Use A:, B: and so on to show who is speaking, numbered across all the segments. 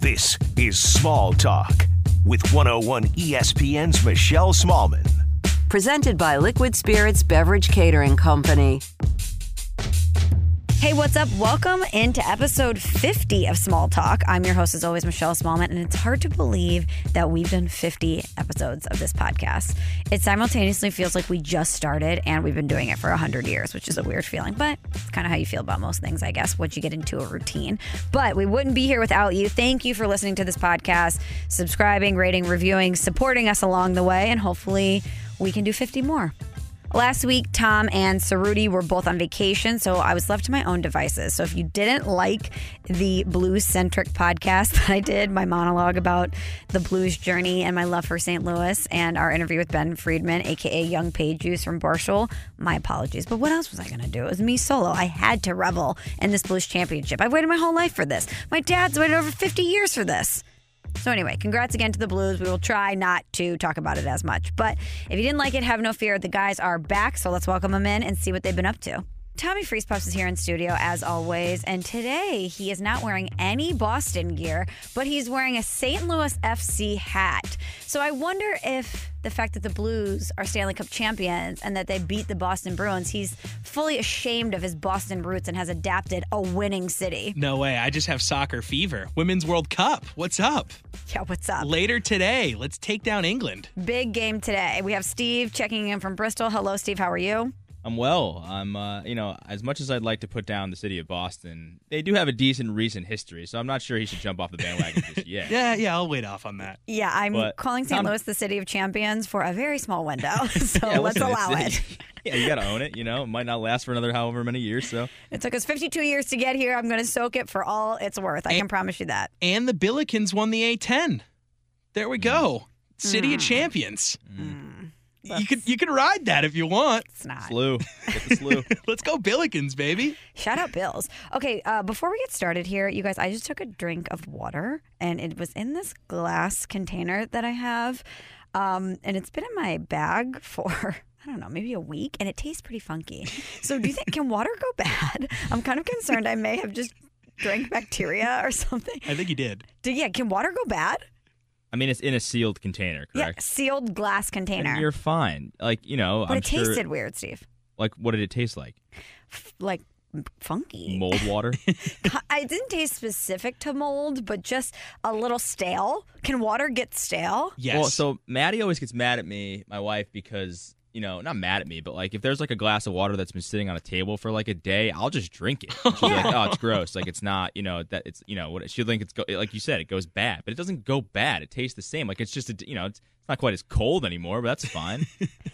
A: This is Small Talk with 101 ESPN's Michelle Smallman.
B: Presented by Liquid Spirits Beverage Catering Company.
C: Hey, what's up? Welcome into episode 50 of Small Talk. I'm your host, as always, Michelle Smallman, and it's hard to believe that we've done 50 episodes of this podcast. It simultaneously feels like we just started and we've been doing it for 100 years, which is a weird feeling, but it's kind of how you feel about most things, I guess, once you get into a routine. But we wouldn't be here without you. Thank you for listening to this podcast, subscribing, rating, reviewing, supporting us along the way, and hopefully we can do 50 more. Last week, Tom and Saruti were both on vacation, so I was left to my own devices. So if you didn't like the blues centric podcast that I did, my monologue about the blues journey and my love for St. Louis, and our interview with Ben Friedman, aka Young Page Juice from Barshal, my apologies. But what else was I going to do? It was me solo. I had to revel in this blues championship. I've waited my whole life for this. My dad's waited over 50 years for this. So anyway, congrats again to the Blues. We will try not to talk about it as much. But if you didn't like it, have no fear. The guys are back, so let's welcome them in and see what they've been up to. Tommy Freespuffs is here in studio as always, and today he is not wearing any Boston gear, but he's wearing a St. Louis FC hat. So I wonder if the fact that the Blues are Stanley Cup champions and that they beat the Boston Bruins, he's fully ashamed of his Boston roots and has adapted a winning city.
D: No way. I just have soccer fever. Women's World Cup. What's up?
C: Yeah, what's up?
D: Later today, let's take down England.
C: Big game today. We have Steve checking in from Bristol. Hello, Steve. How are you?
E: I'm well. I'm, uh, you know, as much as I'd like to put down the city of Boston, they do have a decent recent history, so I'm not sure he should jump off the bandwagon just yet.
D: Yeah, yeah, I'll wait off on that.
C: Yeah, I'm
E: What?
C: calling St.
E: Tom-
C: Louis the city of champions for a very small window. So
E: Yeah,
C: let's
E: listen, it's-
C: allow it.
E: yeah, you gotta own it. You know, it might not last for another however many years. So
C: It took us 52 years to get here. I'm going to soak it for all it's worth. I can promise you that.
D: And the Billikens won the A10. There we go. City
E: Hmm.
D: of Champions. You could you could ride that if you want.
C: It's not.
E: slew, get the slew.
D: Let's go Billikens, baby.
C: Shout out Bills. Okay, uh, before we get started here, you guys, I just took a drink of water and it was in this glass container that I have. Um, and it's been in my bag for, I don't know, maybe a week and it tastes pretty funky. So do you think, can water go bad? I'm kind of concerned I may have just drank bacteria or something.
D: I think he did.
C: Do, yeah, can water go bad?
E: I mean, it's in a sealed container,
C: Yeah,
E: correct?
C: sealed glass
E: And
C: container.
E: you're fine. Like you know,
C: But
E: I'm
C: it
E: sure.
C: tasted weird, Steve.
E: Like, what did it taste like?
C: F- Like funky.
E: Mold water.
C: I didn't taste specific to mold, but just a little stale. Can water get stale?
D: Yes.
E: Well, so Maddie always gets mad at me, my wife, because you know, not mad at me, but like if there's like a glass of water that's been sitting on a table for like a day, I'll just drink it. And She's like, oh, it's gross. Like it's not, you know, that it's you know what she'll think it's go- like you said, it goes bad, but it doesn't go bad. It tastes the same. Like it's just a, you know, it's it's not quite as cold anymore, but that's fine.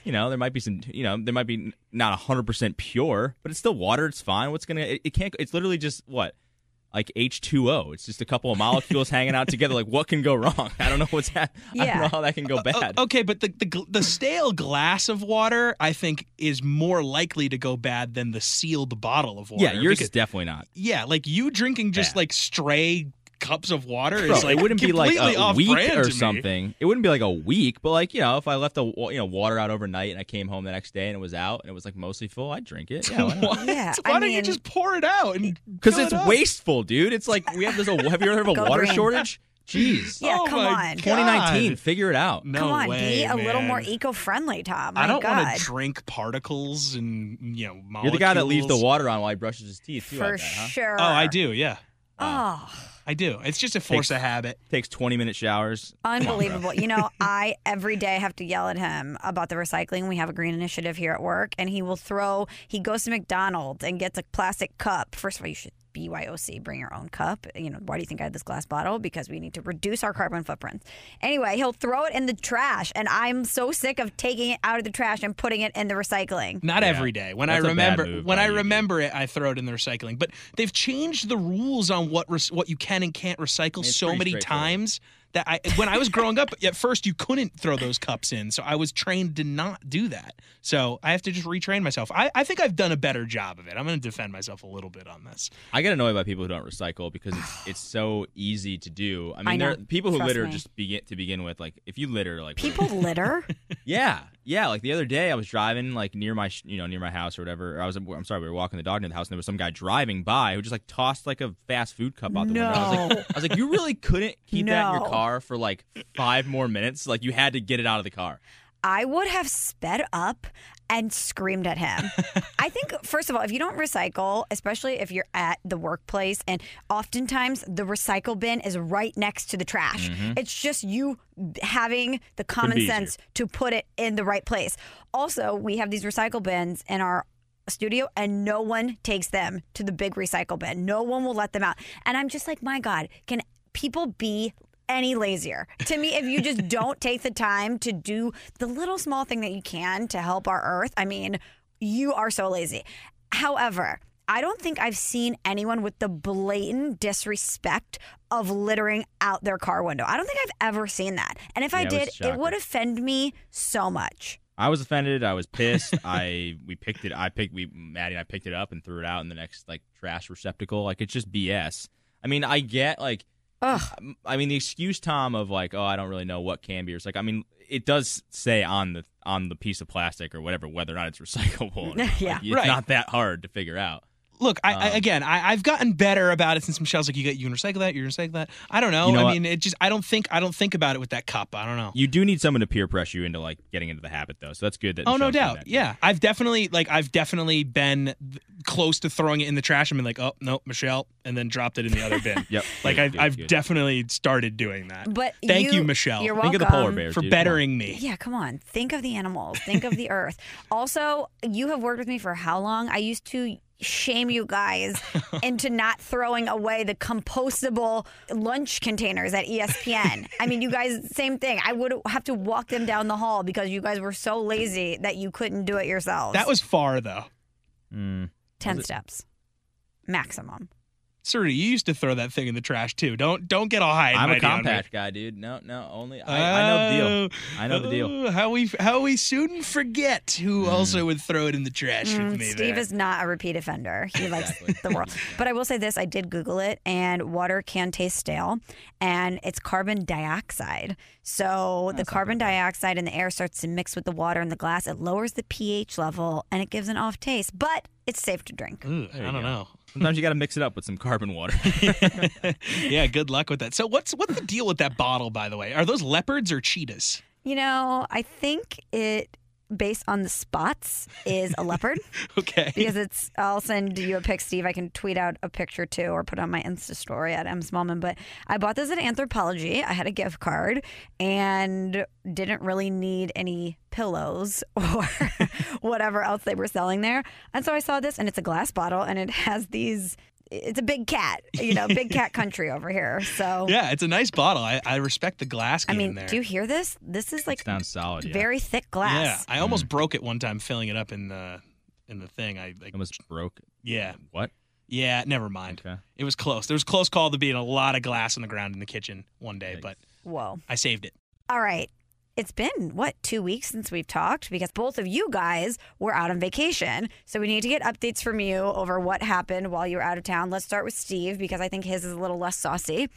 E: you know, there might be some, you know, there might be n- not hundred percent pure, but it's still water. It's fine. What's gonna? It, it can't. It's literally just what. Like H two O, it's just a couple of molecules hanging out together. Like, what can go wrong? I don't know what's happening.
C: Yeah.
E: I don't know how that can go
D: O-
E: bad.
D: Oh, okay, but the, the gl- the stale glass of water, I think, is more likely to go bad than the sealed bottle of water.
E: Yeah, yours
D: because-
E: is definitely not.
D: Yeah, like you drinking just
E: Yeah.
D: like stray cups of water is
E: Bro,
D: like
E: it wouldn't be like
D: completely
E: a
D: off
E: week
D: brand
E: or
D: to me.
E: something. It wouldn't be like a week, but like you know, if I left the wa- you know water out overnight and I came home the next day and it was out and it was like mostly full, I'd drink it. Yeah, why not?
D: What?
C: Yeah,
D: Why
C: I
D: don't you
C: mean-
D: just pour it out and
E: because
D: fill
E: it's
D: it up?
E: wasteful, dude. It's like we have this. A, have you ever heard of a
C: Go
E: water
C: green.
E: shortage? Jeez,
C: Yeah,
D: Oh
C: come
D: my
C: on.
D: God.
E: 2019, figure it out.
D: No
C: Come on,
D: way,
C: be a little more
D: man.
C: eco-friendly, Tom. My
D: I don't
C: God.
D: want to drink particles and you know molecules.
E: You're the guy that leaves the water on while he brushes his teeth too.
C: for
E: I bet, huh?
C: sure.
D: Oh, I do. Yeah,
C: Oh,
D: I do. It's just a force of habit.
E: Takes 20 minute showers.
C: unbelievable! you know, I every day have to yell at him about the recycling. We have a green initiative here at work, and he will throw. He goes to McDonald's and gets a plastic cup. First of all, you should. BYOC, bring your own cup. You know, why do you think I had this glass bottle? Because we need to reduce our carbon footprint. Anyway, he'll throw it in the trash, and I'm so sick of taking it out of the trash and putting it in the recycling.
D: Not
E: Yeah.
D: every day. When
E: That's a
D: I
E: bad
D: remember,
E: move
D: when
E: by
D: I
E: you, dude.
D: remember it, I throw it in the recycling. But they've changed the rules on what rec- what you can and can't recycle
E: It's
D: so
E: pretty
D: many
E: straightforward.
D: times that I, when I was growing up, at first you couldn't throw those cups in, so I was trained to not do that. So I have to just retrain myself. I, I think I've done a better job of it. I'm going to defend myself a little bit on this.
E: I get annoyed by people who don't recycle because it's, it's so easy to do. I mean,
C: I
E: there
C: know.
E: are people who
C: Trust
E: litter
C: me.
E: just begin to begin with. Like, if you litter, like
C: People litter.
E: Yeah, Yeah, like the other day I was driving like near my sh- you know near my house or whatever. Or I was I'm sorry, we were walking the dog near the house and there was some guy driving by who just like tossed like a fast food cup out the window. I was like, I was like, you really couldn't keep that
C: No.
E: in your car for like five more minutes. Like you had to get it out of the car.
C: I would have sped up and screamed at him. I think, first of all, if you don't recycle, especially if you're at the workplace, and oftentimes the recycle bin is right next to the trash, it's just you having the common
E: be easier.
C: sense to put it in the right place. Also, we have these recycle bins in our studio and no one takes them to the big recycle bin. No one will let them out. And I'm just like, my God, can people be any lazier? To me, if you just don't take the time to do the little small thing that you can to help our earth, I mean, you are so lazy. However, I don't think I've seen anyone with the blatant disrespect of littering out their car window. I don't think I've ever seen that. And if I
E: Yeah, it was
C: did, it
E: shocking.
C: would offend me so much.
E: I was offended. I was pissed. I we picked it. I picked we Maddie and I picked it up and threw it out in the next like trash receptacle. Like it's just BS. I mean, I get like, m- I mean the excuse Tom of like, oh, I don't really know what can be. It's like, I mean, it does say on the on the piece of plastic or whatever whether or not it's recyclable. or not. Like,
C: Yeah.
E: it's
D: Right.
E: not that hard to figure out.
D: Look, I,
E: Um,
D: I again, I, I've gotten better about it since Michelle's like, you got you can recycle that, you can recycle that. I don't know.
E: You know
D: I
E: what?
D: mean, it just I don't think I don't think about it with that cup. I don't know.
E: You do need someone to peer pressure you into like getting into the habit though. So that's good. That
D: Oh no
E: Michelle's doing
D: doubt,
E: that.
D: yeah. I've definitely like I've definitely been th- close to throwing it in the trash and been like, oh no, Michelle, and then dropped it in the other bin.
E: Yep.
D: Like
E: Good,
D: I've,
E: good,
D: I've
E: good.
D: definitely started doing that.
C: But
D: thank you, Michelle,
C: You're welcome.
E: Think of the polar bears
D: for
E: dude. Come on.
D: bettering me.
C: Yeah, come on. Think of the animals. Think of the earth. Also, you have worked with me for how long? I used to shame you guys into not throwing away the compostable lunch containers at E ESPN. I mean, you guys, same thing. I would have to walk them down the hall because you guys were so lazy that you couldn't do it yourselves.
D: That was far though.
E: Mm.
C: 10 steps maximum.
D: Suri, you used to throw that thing in the trash too. Don't don't get all high. and
E: I'm a
D: mighty on me.
E: compact guy, dude. No, no, only I, I know the deal.
D: Oh,
E: I know the deal. Mm.
D: oh, how we how we soon forget who also would throw it in the trash with
C: Mm,
D: me.
C: Steve
D: there.
C: is not a repeat offender. He likes
E: Exactly.
C: the world. But I will say this I did Google it, and water can taste stale, and it's carbon dioxide. So the carbon dioxide in the air starts to mix with the water in the glass. It lowers the pH level and it gives an off taste, but it's safe to drink.
D: Ooh, I
E: you
D: don't
E: go.
D: know.
E: Sometimes you got to mix it up with some carbon water.
D: Yeah, good luck with that. So what's what's the deal with that bottle, by the way? Are those leopards or cheetahs?
C: You know, I think it, based on the spots, is a leopard.
D: Okay.
C: because it's I'll send you a pic, Steve. I can tweet out a picture too or put on my Insta story at M Smallman. But I bought this at Anthropology. I had a gift card and didn't really need any pillows or whatever else they were selling there. And so I saw this and it's a glass bottle and it has these it's a big cat, you know, big cat country over here. So
D: Yeah, it's a nice bottle. I, I respect the glass
C: I
D: game
C: mean,
D: there.
C: do you hear this? This is like
E: Sounds solid. Yeah.
C: very thick
D: yeah,
C: glass.
D: I almost
E: Mm.
D: broke it one time filling it up in the in the thing. I like,
E: Almost broke.
D: yeah,
E: What?
D: yeah. Never mind.
E: Okay.
D: It was close. There was a close call to being a lot of glass on the ground in the kitchen one day, but
C: Whoa.
D: I saved it.
C: All right. It's been, what, two weeks since we've talked because both of you guys were out on vacation. So we need to get updates from you over what happened while you were out of town. Let's start with Steve because I think his is a little less saucy.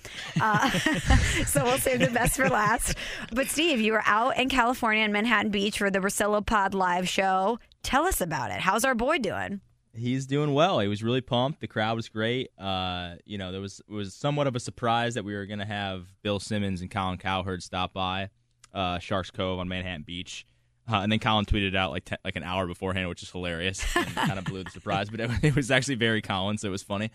C: Uh, so we'll save the best for last. But Steve, you were out in California in Manhattan Beach for the Rosillo Pod live show. Tell us about it. How's our boy doing?
E: He's doing well. He was really pumped. The crowd was great. Uh, you know, there was it was somewhat of a surprise that we were gonna have Bill Simmons and Colin Cowherd stop by uh, Sharks Cove on Manhattan Beach, uh, and then Colin tweeted it out like te- like an hour beforehand, which is hilarious. and kind of blew the surprise, but it, it was actually very Colin, so it was funny.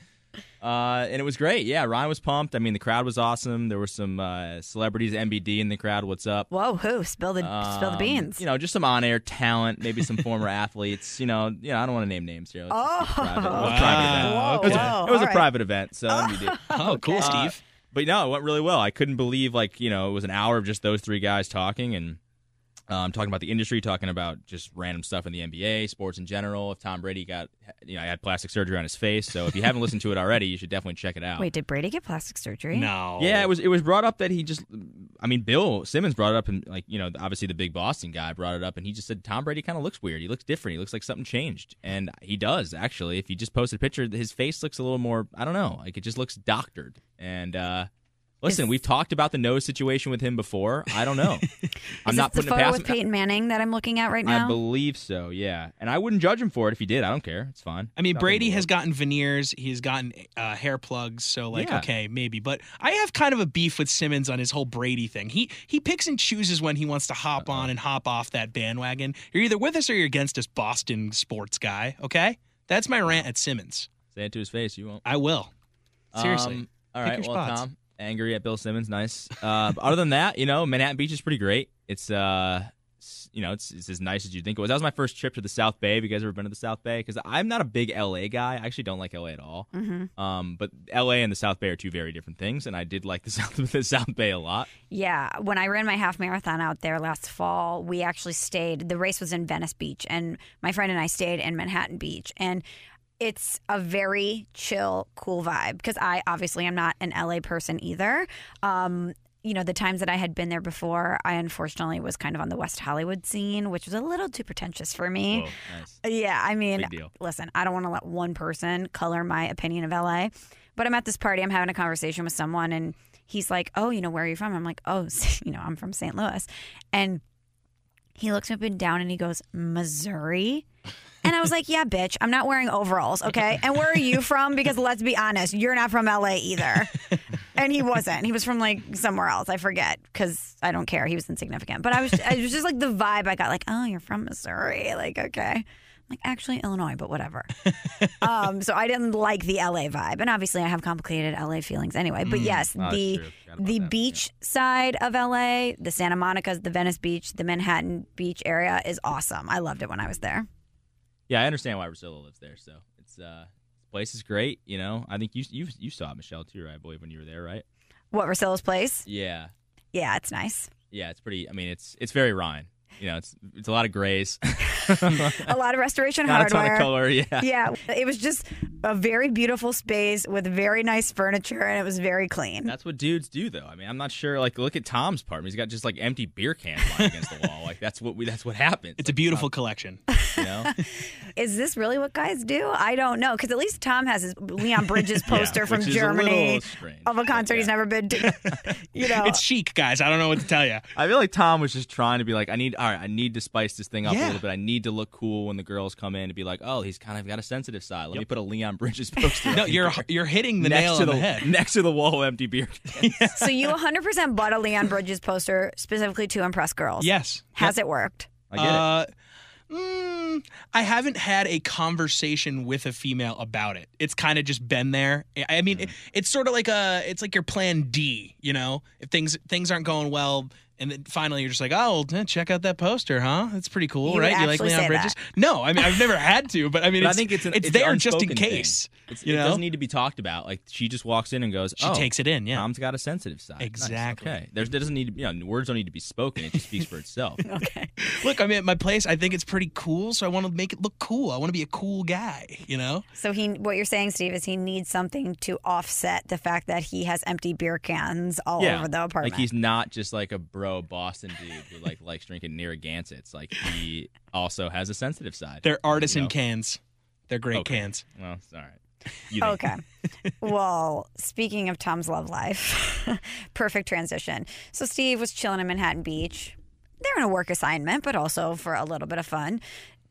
E: Uh, and it was great. Yeah, Ryan was pumped. I mean, the crowd was awesome. There were some uh, celebrities, MBD in the crowd. What's up?
C: Whoa, who? Spill the, spill the
E: Um,
C: beans.
E: You know, just some on-air talent, maybe some former athletes. You know, you know, I don't want to name names here. Let's just keep it private.
C: Oh,
E: It was a private event.
D: Wow,
E: It was,
C: okay.
E: a, it
C: Oh. All right.
E: was a private event, so MBD.
D: Oh, cool,
E: Uh,
D: Steve.
E: but no, it went really well. I couldn't believe, like, you know, it was an hour of just those three guys talking and um, talking about the industry, talking about just random stuff in the NBA, sports in general. If Tom Brady got, you know, had plastic surgery on his face, so if you haven't listened to it already, you should definitely check it out.
C: Wait, did Brady get plastic surgery?
D: No.
E: Yeah, it was it was brought up that he just I mean Bill Simmons brought it up and like you know obviously the big Boston guy brought it up and he just said Tom Brady kind of looks weird. He looks different. He looks like something changed. And he does actually. If you just posted a picture his face looks a little more I don't know, like it just looks doctored. And uh Listen, we've talked about the nose situation with him before. I don't know. I'm
C: Is
E: not
C: this the
E: putting
C: photo
E: it past
C: with
E: him.
C: Peyton Manning that I'm looking at right
E: I
C: now?
E: believe so, yeah. And I wouldn't judge him for it if he did. I don't care. It's fine.
D: I mean,
E: Nothing
D: Brady
E: to
D: has gotten veneers. He's gotten uh, hair plugs. So, like,
E: Yeah.
D: okay, maybe. But I have kind of a beef with Simmons on his whole Brady thing. He he picks and chooses when he wants to hop
E: Uh-huh.
D: on and hop off that bandwagon. You're either with us or you're against us, Boston sports guy. Okay, that's my rant at Simmons.
E: Say it to his face. You won't.
D: I will. Seriously.
E: Um, all
D: Pick
E: right.
D: your
E: well,
D: spots.
E: Tom, angry at Bill Simmons. Nice. Uh, but other than that, you know, Manhattan Beach is pretty great. It's uh, s- you know, it's, it's as nice as you think it was. That was my first trip to the South Bay. Have you guys ever been to the South Bay? Because I'm not a big LA guy. I actually don't like LA at all.
C: Mm-hmm.
E: Um, but LA and the South Bay are two very different things, and I did like the South the South Bay a lot.
C: Yeah, when I ran my half marathon out there last fall, we actually stayed. The race was in Venice Beach, and my friend and I stayed in Manhattan Beach. And it's a very chill, cool vibe because I obviously am not an LA person either. Um, you know, the times that I had been there before, I unfortunately was kind of on the West Hollywood scene, which was a little too pretentious for me.
E: Whoa, nice.
C: Yeah, I mean,
E: Big deal.
C: listen, I don't want to let one person color my opinion of LA, but I'm at this party, I'm having a conversation with someone, and he's like, Oh, you know, where are you from? I'm like, Oh, you know, I'm from St. Louis. And he looks me up and down and he goes, Missouri? And I was like, yeah, bitch, I'm not wearing overalls, okay? And where are you from? Because let's be honest, you're not from LA either. And he wasn't. He was from like somewhere else. I forget because I don't care. He was insignificant. But I was, I was just like the vibe I got, like, oh, you're from Missouri. Like, okay. I'm like, actually, Illinois, but whatever. um, so I didn't like the LA vibe. And obviously, I have complicated LA feelings anyway. But yes,
E: Mm. Oh, that's
C: the,
E: true. Forgot about
C: the
E: that.
C: beach side of LA, the Santa Monica's, the Venice Beach, the Manhattan Beach area is awesome. I loved it when I was there.
E: Yeah, I understand why Priscilla lives there. So it's uh, the place is great. You know, I think you you you saw it, Michelle too, right? I believe when you were there, right?
C: What Rosillo's place?
E: Yeah.
C: Yeah, it's nice.
E: Yeah, it's pretty. I mean, it's it's very Ryan. You know, it's it's a lot of grays,
C: A lot of restoration
E: not a ton
C: hardware.
E: of color. Yeah.
C: Yeah, it was just a very beautiful space with very nice furniture, and it was very clean.
E: That's what dudes do, though. I mean, I'm not sure. Like, look at Tom's apartment; he's got just like empty beer cans lying against the wall. Like, that's what we. That's what happens.
D: it's a
E: uh,
D: beautiful collection.
E: you know?
C: Is this really what guys do? I don't know, because at least Tom has his Leon Bridges
E: Yeah,
C: poster from
E: which is a
C: Germany
E: little strange,
C: of a
E: but
C: concert he's
E: yeah.
C: never been to. you know,
D: it's chic, guys. I don't know what to tell you.
E: I feel like Tom was just trying to be like, I need, all right, I need to spice this thing up a
D: Yeah.
E: little bit. I need to look cool when the girls come in to be like, oh, he's kind of got a sensitive side. Let me put a Leon Bridges poster.
D: No,
E: up
D: you're
E: here.
D: you're hitting the
E: next
D: nail
E: to
D: on the, head.
E: next to the wall, of empty beer. cans.
C: so you 100% bought a Leon Bridges poster specifically to impress girls.
D: Yes.
C: Has it worked?
E: I get it.
D: Uh, mm, I haven't had a conversation with a female about it. It's kind of just been there. I- I
E: Hmm.
D: mean, it, it's sort of like a, it's like your plan D. You know, if things things aren't going well, and then finally you're just like, oh, well, eh, check out that poster, huh? That's pretty cool,
C: You would
D: right? You like
C: actually
D: Leon
C: say
D: Bridges? No, I mean I've never had to, but I mean,
E: But I
D: it's,
E: think it's an,
D: it's,
E: an
D: there just in
E: unspoken thing.
D: case.
E: It's-
D: you
E: it
D: know?
E: doesn't need to be talked about. Like she just walks in and goes,
D: she
E: "Oh,
D: takes it in, yeah.
E: Tom's got a sensitive side. Nice,
D: Exactly.
E: okay. There's, there doesn't need to be, you know, words don't need to be spoken. It just speaks for itself.
D: Look, I mean, at my place, I think it's pretty cool, so I want to make it look cool. I want to be a cool guy, you know.
C: So he, what you're saying, Steve, is he needs something to offset the fact that he has empty beer cans all over the apartment.
E: Like he's not just like a bro Boston dude who like likes drinking Narragansetts. Like he also has a sensitive side.
D: They're artisan
E: No.
D: cans. They're great
E: Okay.
D: cans.
E: Well, it's all right. You think.
C: okay. well, speaking of Tom's love life, perfect transition. So Steve was chilling in Manhattan Beach. They're on a work assignment, but also for a little bit of fun.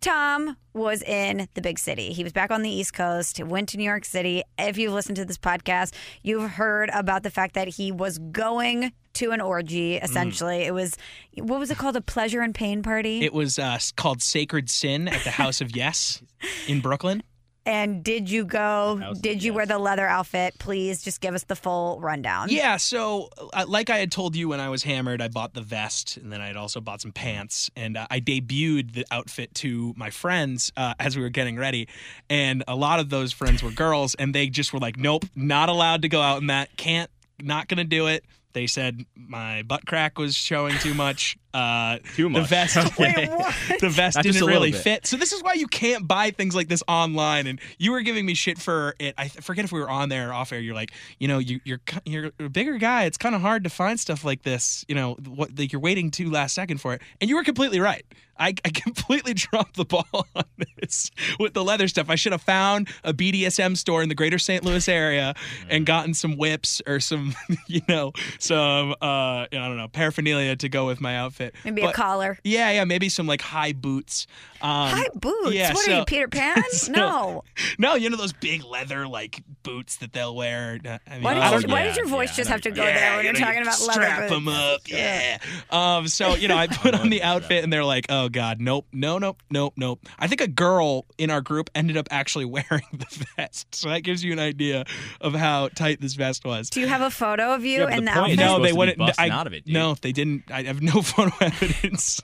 C: Tom was in the big city. He was back on the East Coast, went to New York City. If you've listened to this podcast, you've heard about the fact that he was going to an
D: Mm.
C: orgy, essentially. It was, what was it called? A pleasure and pain party?
D: It was uh, s- called Sacred Sin at the House of Yes in Brooklyn.
C: And did you go?
E: Thousand,
C: Did you wear
E: yes.
C: the leather outfit? Please just give us the full rundown.
D: Yeah, so uh, like I had told you when I was hammered, I bought the vest and then I had also bought some pants. And uh, I debuted the outfit to my friends uh, as we were getting ready. And a lot of those friends were girls and they just were like, nope, not allowed to go out in that. Can't, not going to do it. They said my butt crack was showing too much. Uh,
E: Too
D: The
E: much.
D: vest,
E: Wait,
D: the vest
E: Not just
D: didn't
E: a little
D: really
E: bit.
D: fit. So this is why you can't buy things like this online. And you were giving me shit for it. I th- forget if we were on there or off air. You're like, you know, you, you're ki- you're a bigger guy. It's kind of hard to find stuff like this. You know, what like you're waiting too last second for it. And you were completely right. I, I completely dropped the ball on this with the leather stuff. I should have found a BDSM store in the greater St. Louis area and gotten some whips or some, you know, some, uh, I don't know, paraphernalia to go with my outfit.
C: Maybe a
D: But-
C: collar.
D: yeah, yeah, maybe some like high boots. Um,
C: Hi, boots.
D: yeah,
C: what are
D: so-
C: you, Peter Pan?
D: so-
C: no.
D: No, you know those big leather like boots that they'll wear. Uh, I mean,
C: Why
D: I
C: did,
D: don't
C: you,
E: know.
C: why did your
E: Yeah,
C: voice
E: yeah,
C: just
E: I
C: have to
E: know
C: go
E: you-
C: there when
D: you
C: you're
D: know,
C: talking
D: you
C: about leather
D: strap them
C: boots?
D: up. Yeah. Um. So you know, I put on the outfit, and they're like, "Oh God, nope, no, nope, nope, nope." I think a girl in our group ended up actually wearing the vest, so that gives you an idea of how tight this vest was.
C: Do you have a photo of you
E: Yeah, but
C: in
E: the
C: the
E: point
C: outfit?
E: is-
D: No,
E: supposed
D: they
E: to be
D: wouldn't.
E: busting
D: I,
E: out of it, dude.
D: No, they didn't. I have no photo evidence.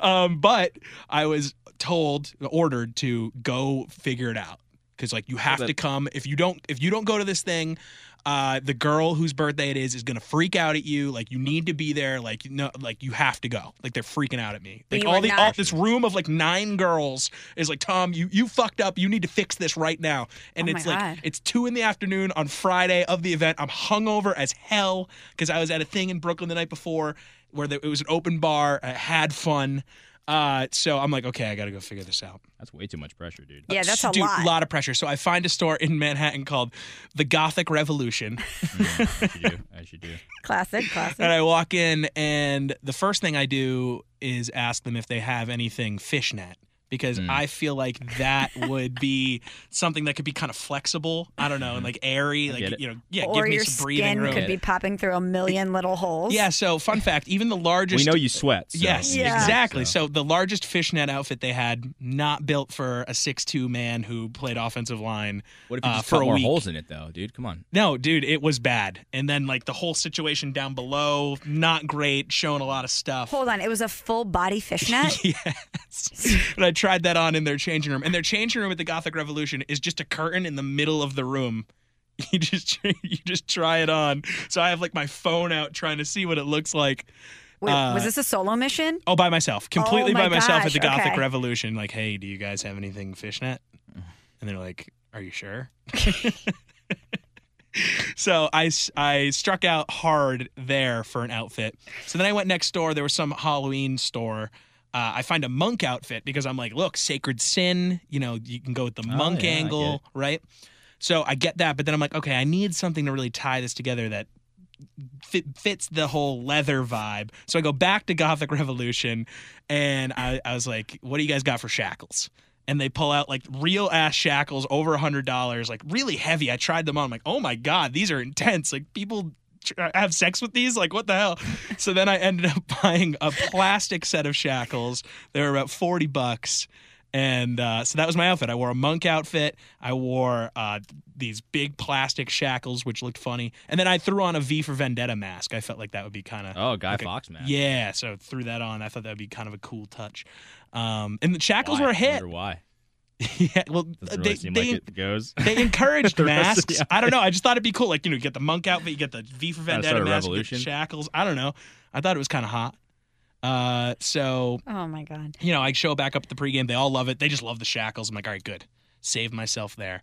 D: um, but I was told, ordered to go figure it out because, like, you have
E: Well,
D: to
E: that-
D: come. If you don't, if you don't go to this thing, uh, the girl whose birthday it is is gonna freak out at you. Like, you need to be there. Like, no, like you have to go. Like, they're freaking out at me.
C: But
D: Like,
C: you
D: all
C: were
D: the
C: not-
D: all, this room of like nine girls is like, Tom, you you fucked up. You need to fix this right now. And
C: Oh my
D: it's like,
C: God.
D: it's two in the afternoon on Friday of the event. I'm hungover as hell because I was at a thing in Brooklyn the night before where the, it was an open bar. I had fun. Uh, so I'm like, okay, I got to go figure this out.
E: That's way too much pressure, dude.
C: yeah, that's a
D: Dude,
C: lot.
D: of pressure. So I find a store in Manhattan called the Gothic Revolution,
E: As you Mm, do. As you do.
C: Classic, classic.
D: and I walk in, and the first thing I do is ask them if they have anything fishnet. Because
E: Mm.
D: I feel like that would be something that could be kind of flexible. I don't know, and like airy,
E: Mm-hmm. I
D: like
E: get it.
D: you know, yeah,
C: or
D: give me
C: your
D: some breathing
C: skin
D: room.
C: could be popping through a million little holes.
D: Yeah, so fun fact, even the largest
E: we know you sweat. so-
D: Yes,
C: Yeah.
D: exactly. So. the largest fishnet outfit they had not built for a six-two man who played offensive line.
E: What if you
D: uh,
E: just
D: for
E: put
D: a
E: more
D: week.
E: holes in it, though, dude? Come on.
D: No, dude, it was bad. And then like the whole situation down below, not great, showing a lot of stuff.
C: Hold on. It was a full body fishnet.
D: Yes. and I tried that on in their changing room. And their changing room at the Gothic Revolution is just a curtain in the middle of the room. You just you just try it on. So I have like my phone out trying to see what it looks like.
C: Wait,
D: Uh,
C: was this a solo mission?
D: Oh, by myself, completely
C: my
D: by myself at
C: gosh,
D: the Gothic
C: okay.
D: Revolution. Like, hey, do you guys have anything fishnet? And they're like, are you sure? so I, s- I struck out hard there for an outfit. So then I went next door. There was some Halloween store. Uh, I find a monk outfit because I'm like, look, sacred sin. You know, you can go with the
E: Oh,
D: monk
E: yeah, I get it.
D: angle, right? So I get that, but then I'm like, okay, I need something to really tie this together that fit, fits the whole leather vibe. So I go back to Gothic Revolution, and I, I was like, "What do you guys got for shackles?" And they pull out like real ass shackles over a hundred dollars, like really heavy. I tried them on, I'm like, "Oh my god, these are intense!" Like people tr- uh, have sex with these, like what the hell? so then I ended up buying a plastic set of shackles. They were about forty bucks. And uh, so that was my outfit. I wore a monk outfit. I wore uh, these big plastic shackles, which looked funny. And then I threw on a V for Vendetta mask. I felt like that would be kind of
E: Oh, Guy
D: Okay.
E: Fox, man.
D: yeah, so threw that on. I thought that would be kind of a cool touch. Um, and the shackles
E: Why?
D: were a
E: Oh, I
D: hit.
E: wonder why.
D: yeah, well, uh,
E: Doesn't
D: they,
E: really seem
D: they,
E: like it goes.
D: they encouraged
E: The rest of the
D: masks. I don't know. I just thought it'd be cool. Like, you know, you get the monk outfit, you get the V for
E: Kinda
D: Vendetta
E: start a
D: mask, you get
E: revolution.
D: the shackles. I don't know. I thought it was kind of hot. Uh, so
C: Oh my god.
D: you know, I show back up at the pregame. They all love it. They just love the shackles. I'm like, all right, good. Save myself there.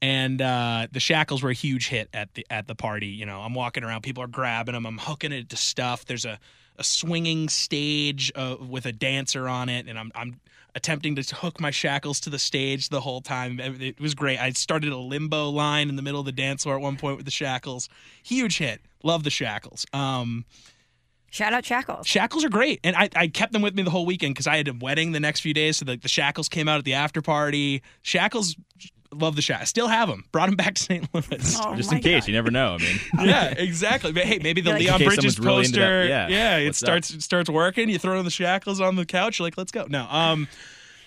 D: And uh, the shackles were a huge hit at the at the party. You know, I'm walking around. People are grabbing them. I'm hooking it to stuff. There's a, a swinging stage uh, with a dancer on it, and I'm I'm attempting to hook my shackles to the stage the whole time. It it was great. I started a limbo line in the middle of the dance floor at one point with the shackles. Huge hit. Love the shackles. Um,
C: Shout out shackles.
D: Shackles are great, and I, I kept them with me the whole weekend because I had a wedding the next few days, so the, the shackles came out at the after party. Shackles, love the shackles. Still have them. Brought them back to St. Louis.
C: Oh
E: Just
C: my
E: in case,
C: God.
E: you never know. I mean,
D: Yeah, exactly. But hey, maybe the
C: Like-
D: Leon
E: In case
D: Bridges
E: someone's really into that-
D: poster.
E: yeah.
D: it
E: What's up?
D: starts it starts working. You throw the shackles on the couch, you're like let's go. No, um,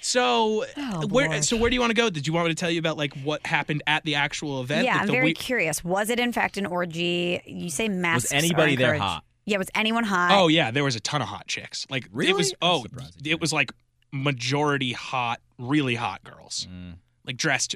D: so
C: Oh,
D: where
C: Lord.
D: so where do you want to go? Did you want me to tell you about like what happened at the actual event?
C: Yeah,
D: Like,
C: I'm
D: the
C: very
D: week-
C: curious. Was it in fact an orgy? You say masks. are
E: anybody there
C: encouraged.
E: hot?
C: Yeah, was anyone hot?
D: Oh yeah, there was a ton of hot chicks. Like
E: Really?
D: it was
E: That's
D: oh
E: surprising to me.
D: it was like majority hot, really hot girls.
E: Mm.
D: Like dressed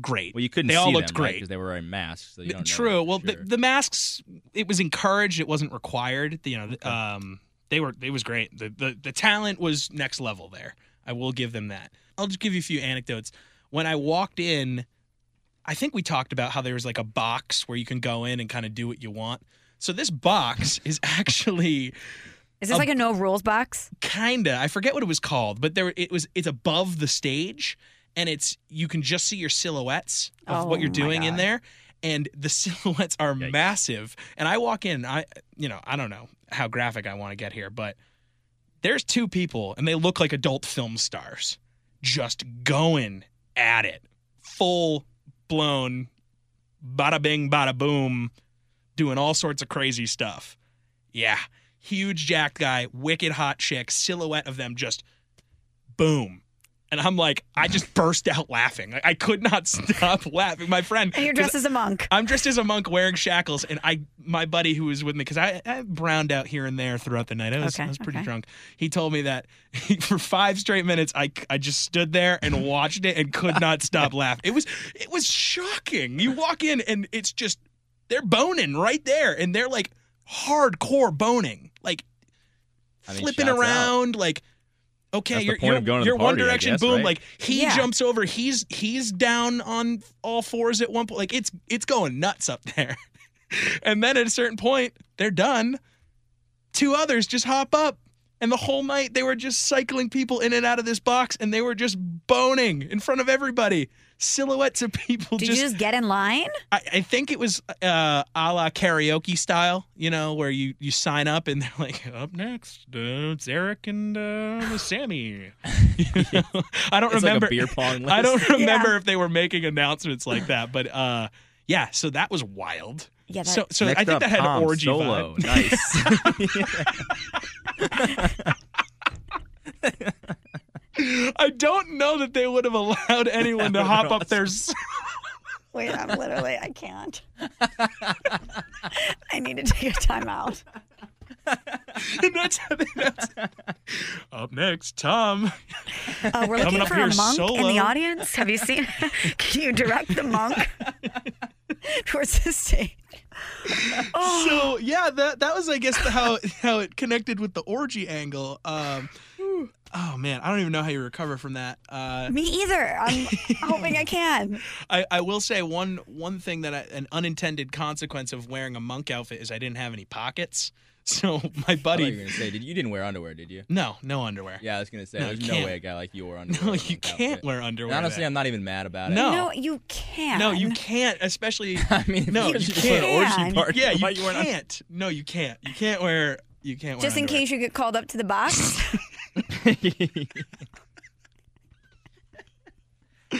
D: great.
E: Well, you couldn't
D: They
E: see
D: all looked
E: them, right,
D: great.
E: because they were wearing masks. So you don't know
D: True.
E: for
D: Well, the,
E: sure.
D: the masks. It was encouraged. It wasn't required. You know, th- um, they were. It was great. The, the the talent was next level there. I will give them that. I'll just give you a few anecdotes. When I walked in, I think we talked about how there was like a box where you can go in and kind of do what you want. So this box is actually
C: Is this
D: um,
C: like a no rules box?
D: kinda I forget what it was called, but there it was it's above the stage and it's you can just see your silhouettes of
C: Oh,
D: what you're
C: my
D: doing in
C: God.
D: there and the silhouettes are massive and I walk in I you know I don't know how graphic I want to get here but there's two people and they look like adult film stars just going at it full blown bada bing bada boom doing all sorts of crazy stuff yeah huge jacked guy wicked hot chick silhouette of them just boom and i'm like i just burst out laughing like, i could not stop laughing my friend
C: And you're
D: 'cause
C: dressed as a monk.
D: I'm dressed as a monk wearing shackles, and I, my buddy who was with me, because I, I browned out here and there throughout the night. I was,
C: Okay,
D: I was pretty
C: okay.
D: drunk. He told me that for five straight minutes, I, I just stood there and watched it and could not stop laughing. It was, it was shocking. You walk in and it's just they're boning right there, and they're like hardcore boning, like
E: I mean,
D: flipping
E: shouts out.
D: around, like. Okay,
E: That's the
D: you're,
E: point
D: you're,
E: of going to the
D: you're One
E: party, I
D: Direction.
E: guess,
D: boom!
E: right?
D: Like he
C: Yeah.
D: jumps over. He's he's down on all fours at one point. Like it's it's going nuts up there. and then at a certain point, they're done. Two others just hop up, and the whole night they were just cycling people in and out of this box, and they were just boning in front of everybody. Silhouettes of people.
C: Did
D: just,
C: you just get in line?
D: I, I think it was uh, a la karaoke style, you know, where you, you sign up and they're like, up next, uh, it's Eric and uh, Sammy. You know? I don't
E: It's
D: remember.
E: like a beer pong. List.
D: I don't remember if they were making announcements like that, but uh, yeah, so that was wild.
C: Yeah, that,
D: so so
E: Next
D: I think
E: up,
D: that had
E: Tom
D: orgy
E: Solo.
D: vibe.
E: Nice.
D: I don't know that they would have allowed anyone to hop up their s-
C: wait, I'm literally, I can't. I need to take a timeout.
D: and that's how they announced. Up next, Tom.
C: Uh, we're
D: Coming
C: looking
D: up
C: for
D: here
C: a monk in
D: solo.
C: the audience. Have you seen? Can you direct the monk towards the stage?
D: so yeah, that that was I guess the, how how it connected with the orgy angle. Um, oh man, I don't even know how you recover from that. Uh,
C: Me either. I'm hoping I can.
D: I I will say one one thing that I, an unintended consequence of wearing a monk outfit is I didn't have any pockets. So my
E: I thought you were
D: buddy,
E: gonna say, did you didn't wear underwear, did you?
D: no, no underwear.
E: Yeah, I was gonna say,
D: No,
E: there's
D: you
E: no
D: can't.
E: way a guy like you wore underwear.
D: no,
E: with a
D: you
E: monk
D: can't
E: outfit.
D: wear underwear.
E: And honestly,
D: then.
E: I'm not even mad about it.
D: No.
C: No, you can.
D: Oh. no, you can't. Especially
E: I mean, if
D: No,
E: you,
D: you
E: just went to an
C: can't.
E: orgy party.
D: yeah,
E: why
D: you
E: you weren't under-
D: can't. No, you can't. You can't wear. You can't wear.
C: Just in
D: underwear.
C: case you get called up to the box.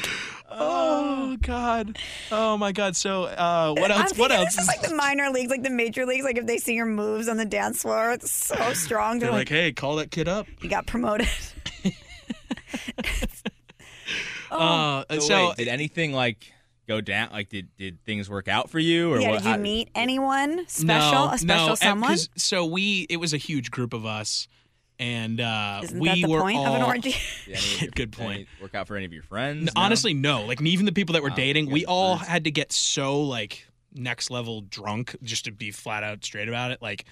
D: Oh God. Oh my God. So uh, what
C: I'm
D: else? What
C: thinking
D: else?
C: This is like the minor leagues, like the major leagues. Like if they see your moves on the dance floor, it's so strong. They're,
D: They're
C: like,
D: like, hey, call that kid up.
C: you got promoted. Oh.
D: Uh,
E: So,
D: so
E: wait, did anything like go down? Like, did did things work out for you, or
C: yeah,
E: what?
C: did you
E: how-
C: meet anyone special?
D: no,
C: a special
D: no, and-
C: someone?
D: 'cause- So we, it was a huge group of us, and uh,
C: Isn't
D: we
C: that the
D: were
C: point
D: all.
C: of an orgy?
E: Did any of your-
D: Good
E: did any
D: point.
E: Work out for any of your
D: N-
E: friends? No?
D: Honestly, no. Like even the people that were
E: Wow,
D: dating,
E: you
D: we
E: guys are
D: all
E: birds.
D: had to get so like next level drunk just to be flat out straight about it. Like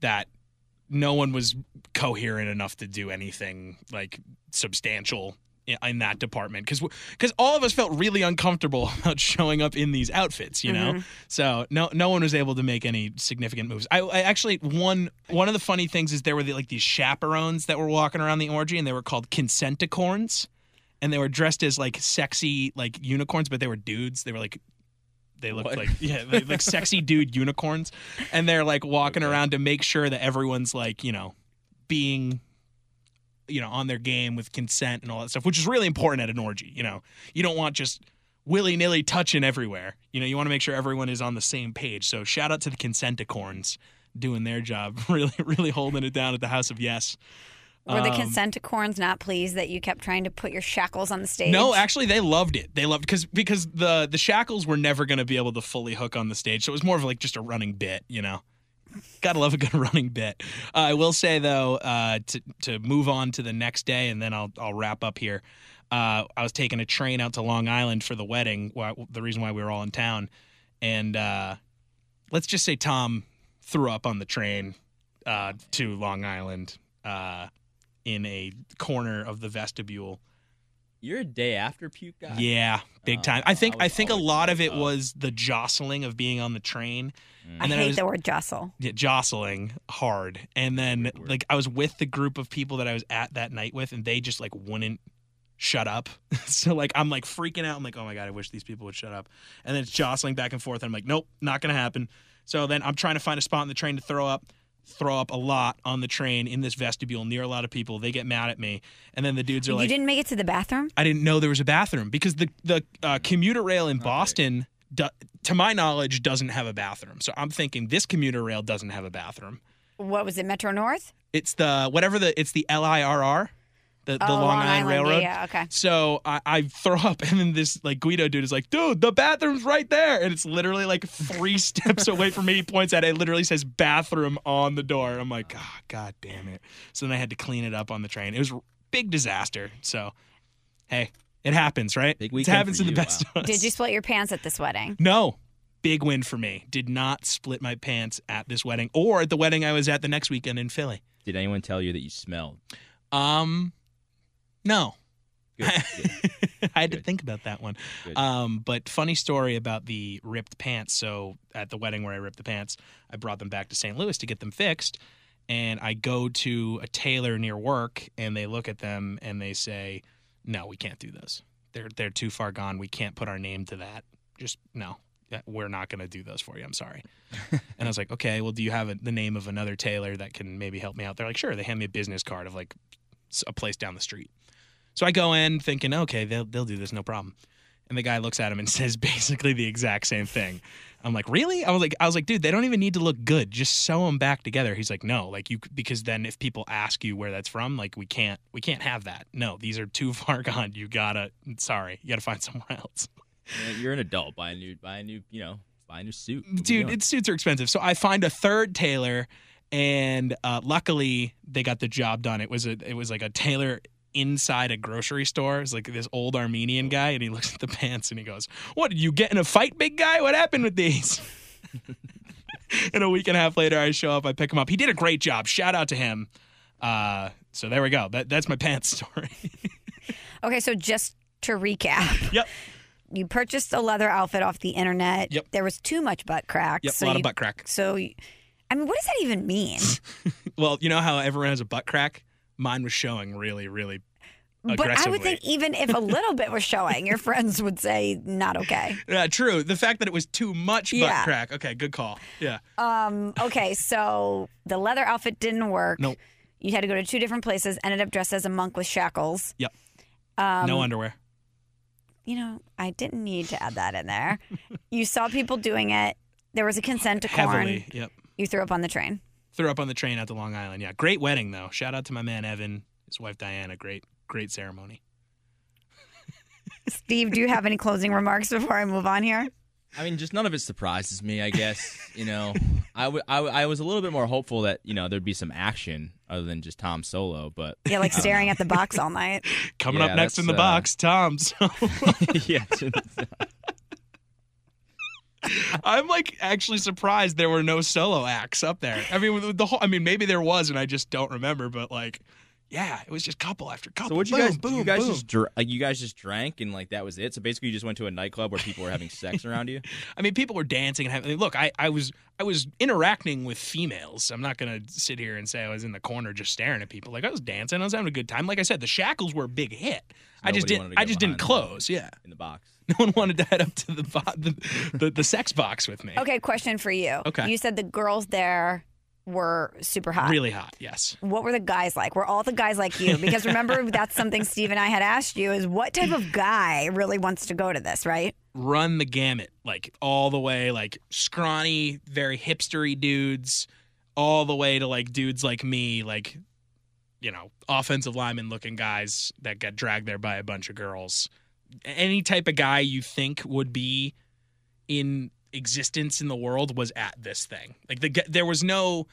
D: that, no one was coherent enough to do anything like substantial in, in that department because because all of us felt really uncomfortable about showing up in these outfits, you
E: Mm-hmm.
D: know. So no no one was able to make any significant moves. I, I actually one one of the funny things is there were the, like these chaperones that were walking around the orgy and they were called consenticorns and they were dressed as like sexy like unicorns, but they were dudes. They were like they looked
E: What?
D: like yeah, they- like sexy dude unicorns, and they're like walking
E: Okay.
D: around to make sure that everyone's like you know being you know on their game with consent and all that stuff, which is really important at an orgy. You know, you don't want just willy nilly touching everywhere. You know, you want to make sure everyone is on the same page. So shout out to the consenticorns doing their job, really really holding it down at the House of Yes.
C: Were the
D: Um,
C: consenticorns not pleased that you kept trying to put your shackles on the stage?
D: No, actually, they loved it. They loved because because the the shackles were never going to be able to fully hook on the stage, so it was more of like just a running bit, you know. Gotta love a good running bit. Uh, I will say though, uh, to to move on to the next day, and then I'll I'll wrap up here. uh, I was taking a train out to Long Island for the wedding. Why, the reason why we were all in town, and uh, let's just say Tom threw up on the train uh, to Long Island uh, in a corner of the vestibule.
E: You're a day after puke guy.
D: Yeah, big
E: Oh,
D: time. I think
E: I
D: I,
E: was
D: think a
E: always
D: lot
E: like,
D: of it
E: oh.
D: was the jostling of being on the train,
C: I
D: and then I
C: hate
D: was
C: the word jostle.
D: yeah, jostling hard. And then like I was with the group of people that I was at that night with, and they just like wouldn't shut up. so like I'm like freaking out. I'm like, oh my god, I wish these people would shut up. And then it's jostling back and forth. And I'm like, nope, not gonna happen. So then I'm trying to find a spot in the train to throw up. Throw up a lot on the train in this vestibule near a lot of people. They get mad at me, and then the dudes are
C: you
D: like,
C: didn't make it to the bathroom?
D: I didn't know there was a bathroom because the the uh, commuter rail in Boston, do, to my knowledge, doesn't have a bathroom. So I'm thinking this commuter rail doesn't have a bathroom.
C: What was it, Metro North?
D: It's the whatever the it's the LIRR, the, the
C: Oh,
D: Long, Island, Railroad.
C: Yeah, yeah, okay.
D: So I, I throw up, and then this like Guido dude is like, "Dude, the bathroom's right there," and it's literally like three steps away from me. He points at it, it literally says "bathroom" on the door. I'm like, "God, God damn it!" So then I had to clean it up on the train. It was a big disaster. So, hey, it happens, right?
E: Big
D: it
E: weekend
D: happens
E: for
D: to the
E: you,
D: best of us.
C: Did you split your pants at this wedding?
D: No, big win for me. Did not split my pants at this wedding or at the wedding I was at the next weekend in Philly.
E: Did anyone tell you that you smelled?
D: Um, no.
E: Good. good.
D: I had to
E: Good.
D: think about that one.
E: Good.
D: Um, but funny story about the ripped pants. So at the wedding where I ripped the pants, I brought them back to St. Louis to get them fixed. And I go to a tailor near work, and they look at them and they say, "No, we can't do those. They're they're too far gone. We can't put our name to that. Just no, that- we're not going to do those for you. I'm sorry." and I was like, "Okay, well, do you have a, the name of another tailor that can maybe help me out?" They're like, "Sure." They hand me a business card of like s- a place down the street. So I go in thinking, okay, they'll they'll do this, no problem. And the guy looks at him and says basically the exact same thing. I'm like, really? I was like, I was like, dude, they don't even need to look good. Just sew them back together. He's like, no, like you, because then if people ask you where that's from, like we can't, we can't have that. No, these are too far gone. You gotta, sorry, you gotta find somewhere else.
E: You know, You're an adult. Buy a new. Buy a new. You know. Buy a new suit. What we
D: Dude,
E: doing?
D: it suits are expensive. So I find a third tailor, and uh, luckily they got the job done. It was a, it was like a tailor inside a grocery store. It's like this old
E: Oh.
D: Armenian guy, and he looks at the pants and he goes, "What did you get in a fight, big guy? What happened with these?" and a week and a half later, I show up. I pick him up. He did a great job. Shout out to him. Uh, so there we go. That, that's my pants story.
C: Okay, so just to recap,
D: yep.
C: you purchased a leather outfit off the internet.
D: Yep.
C: There was too much butt crack.
D: Yep.
C: so
D: a lot
C: you-
D: of butt crack.
C: So, you- I mean, what does that even mean?
D: Well, you know how everyone has a butt crack. Mine was showing really, really
C: but I
D: aggressively.
C: would think even if a little bit was showing, your friends would say not okay.
D: Yeah, Uh, true. The fact that it was too much butt
C: Yeah.
D: crack. Okay, good call. Yeah.
C: Um, okay, so the leather outfit didn't work.
D: Nope.
C: You had to go to two different places. Ended up dressed as a monk with shackles.
D: Yep.
C: Um,
D: no underwear.
C: you know, I didn't need to add that in there. you saw people doing it. There was a consent to
D: Heavily.
C: corn.
D: Yep.
C: You threw up on the train.
D: Threw up on the train out to Long Island. Yeah. Great wedding though. Shout out to my man Evan, his wife Diana. Great, great ceremony.
C: Steve, do you have any closing remarks before I move on here?
E: I mean, just none of it surprises me. I guess you know, I w- I w- I was a little bit more hopeful that you know there'd be some action other than just Tom solo. But
C: Yeah, like staring at the box all night.
D: Coming
E: Yeah,
D: up next in the
E: that's, uh,
D: box, Tom. So
E: yeah,
D: I'm like actually surprised there were no solo acts up there. I mean, with the whole. I mean, maybe there was, and I just don't remember. But like, yeah, it was just couple after couple.
E: So what you
D: Boom,
E: guys?
D: Boom,
E: you guys
D: boom.
E: just dr- like you guys just drank and like that was it. So basically, you just went to a nightclub where people were having sex around you.
D: I mean, people were dancing and having. I mean, look, I, I was I was interacting with females. I'm not gonna sit here and say I was in the corner just staring at people. Like I was dancing, I was having a good time. Like I said, the shackles were a big hit. I just
E: Nobody
D: didn't.
E: wanted to
D: I
E: get
D: just didn't
E: behind them.
D: close. Yeah,
E: in the box.
D: no one wanted to head up to the bo- the, the, the sex box with me.
C: Okay, question for you.
D: Okay.
C: You said the girls there were super hot.
D: really hot. Yes.
C: What were the guys like? Were all the guys like you? Because remember, that's something Steve and I had asked you is what type of guy really wants to go to this, right?
D: run the gamut, like all the way, like scrawny, very hipstery dudes, all the way to like dudes like me, like you know, offensive lineman looking guys that got dragged there by a bunch of girls. Any type of guy you think would be in existence in the world was at this thing. Like the g- there was no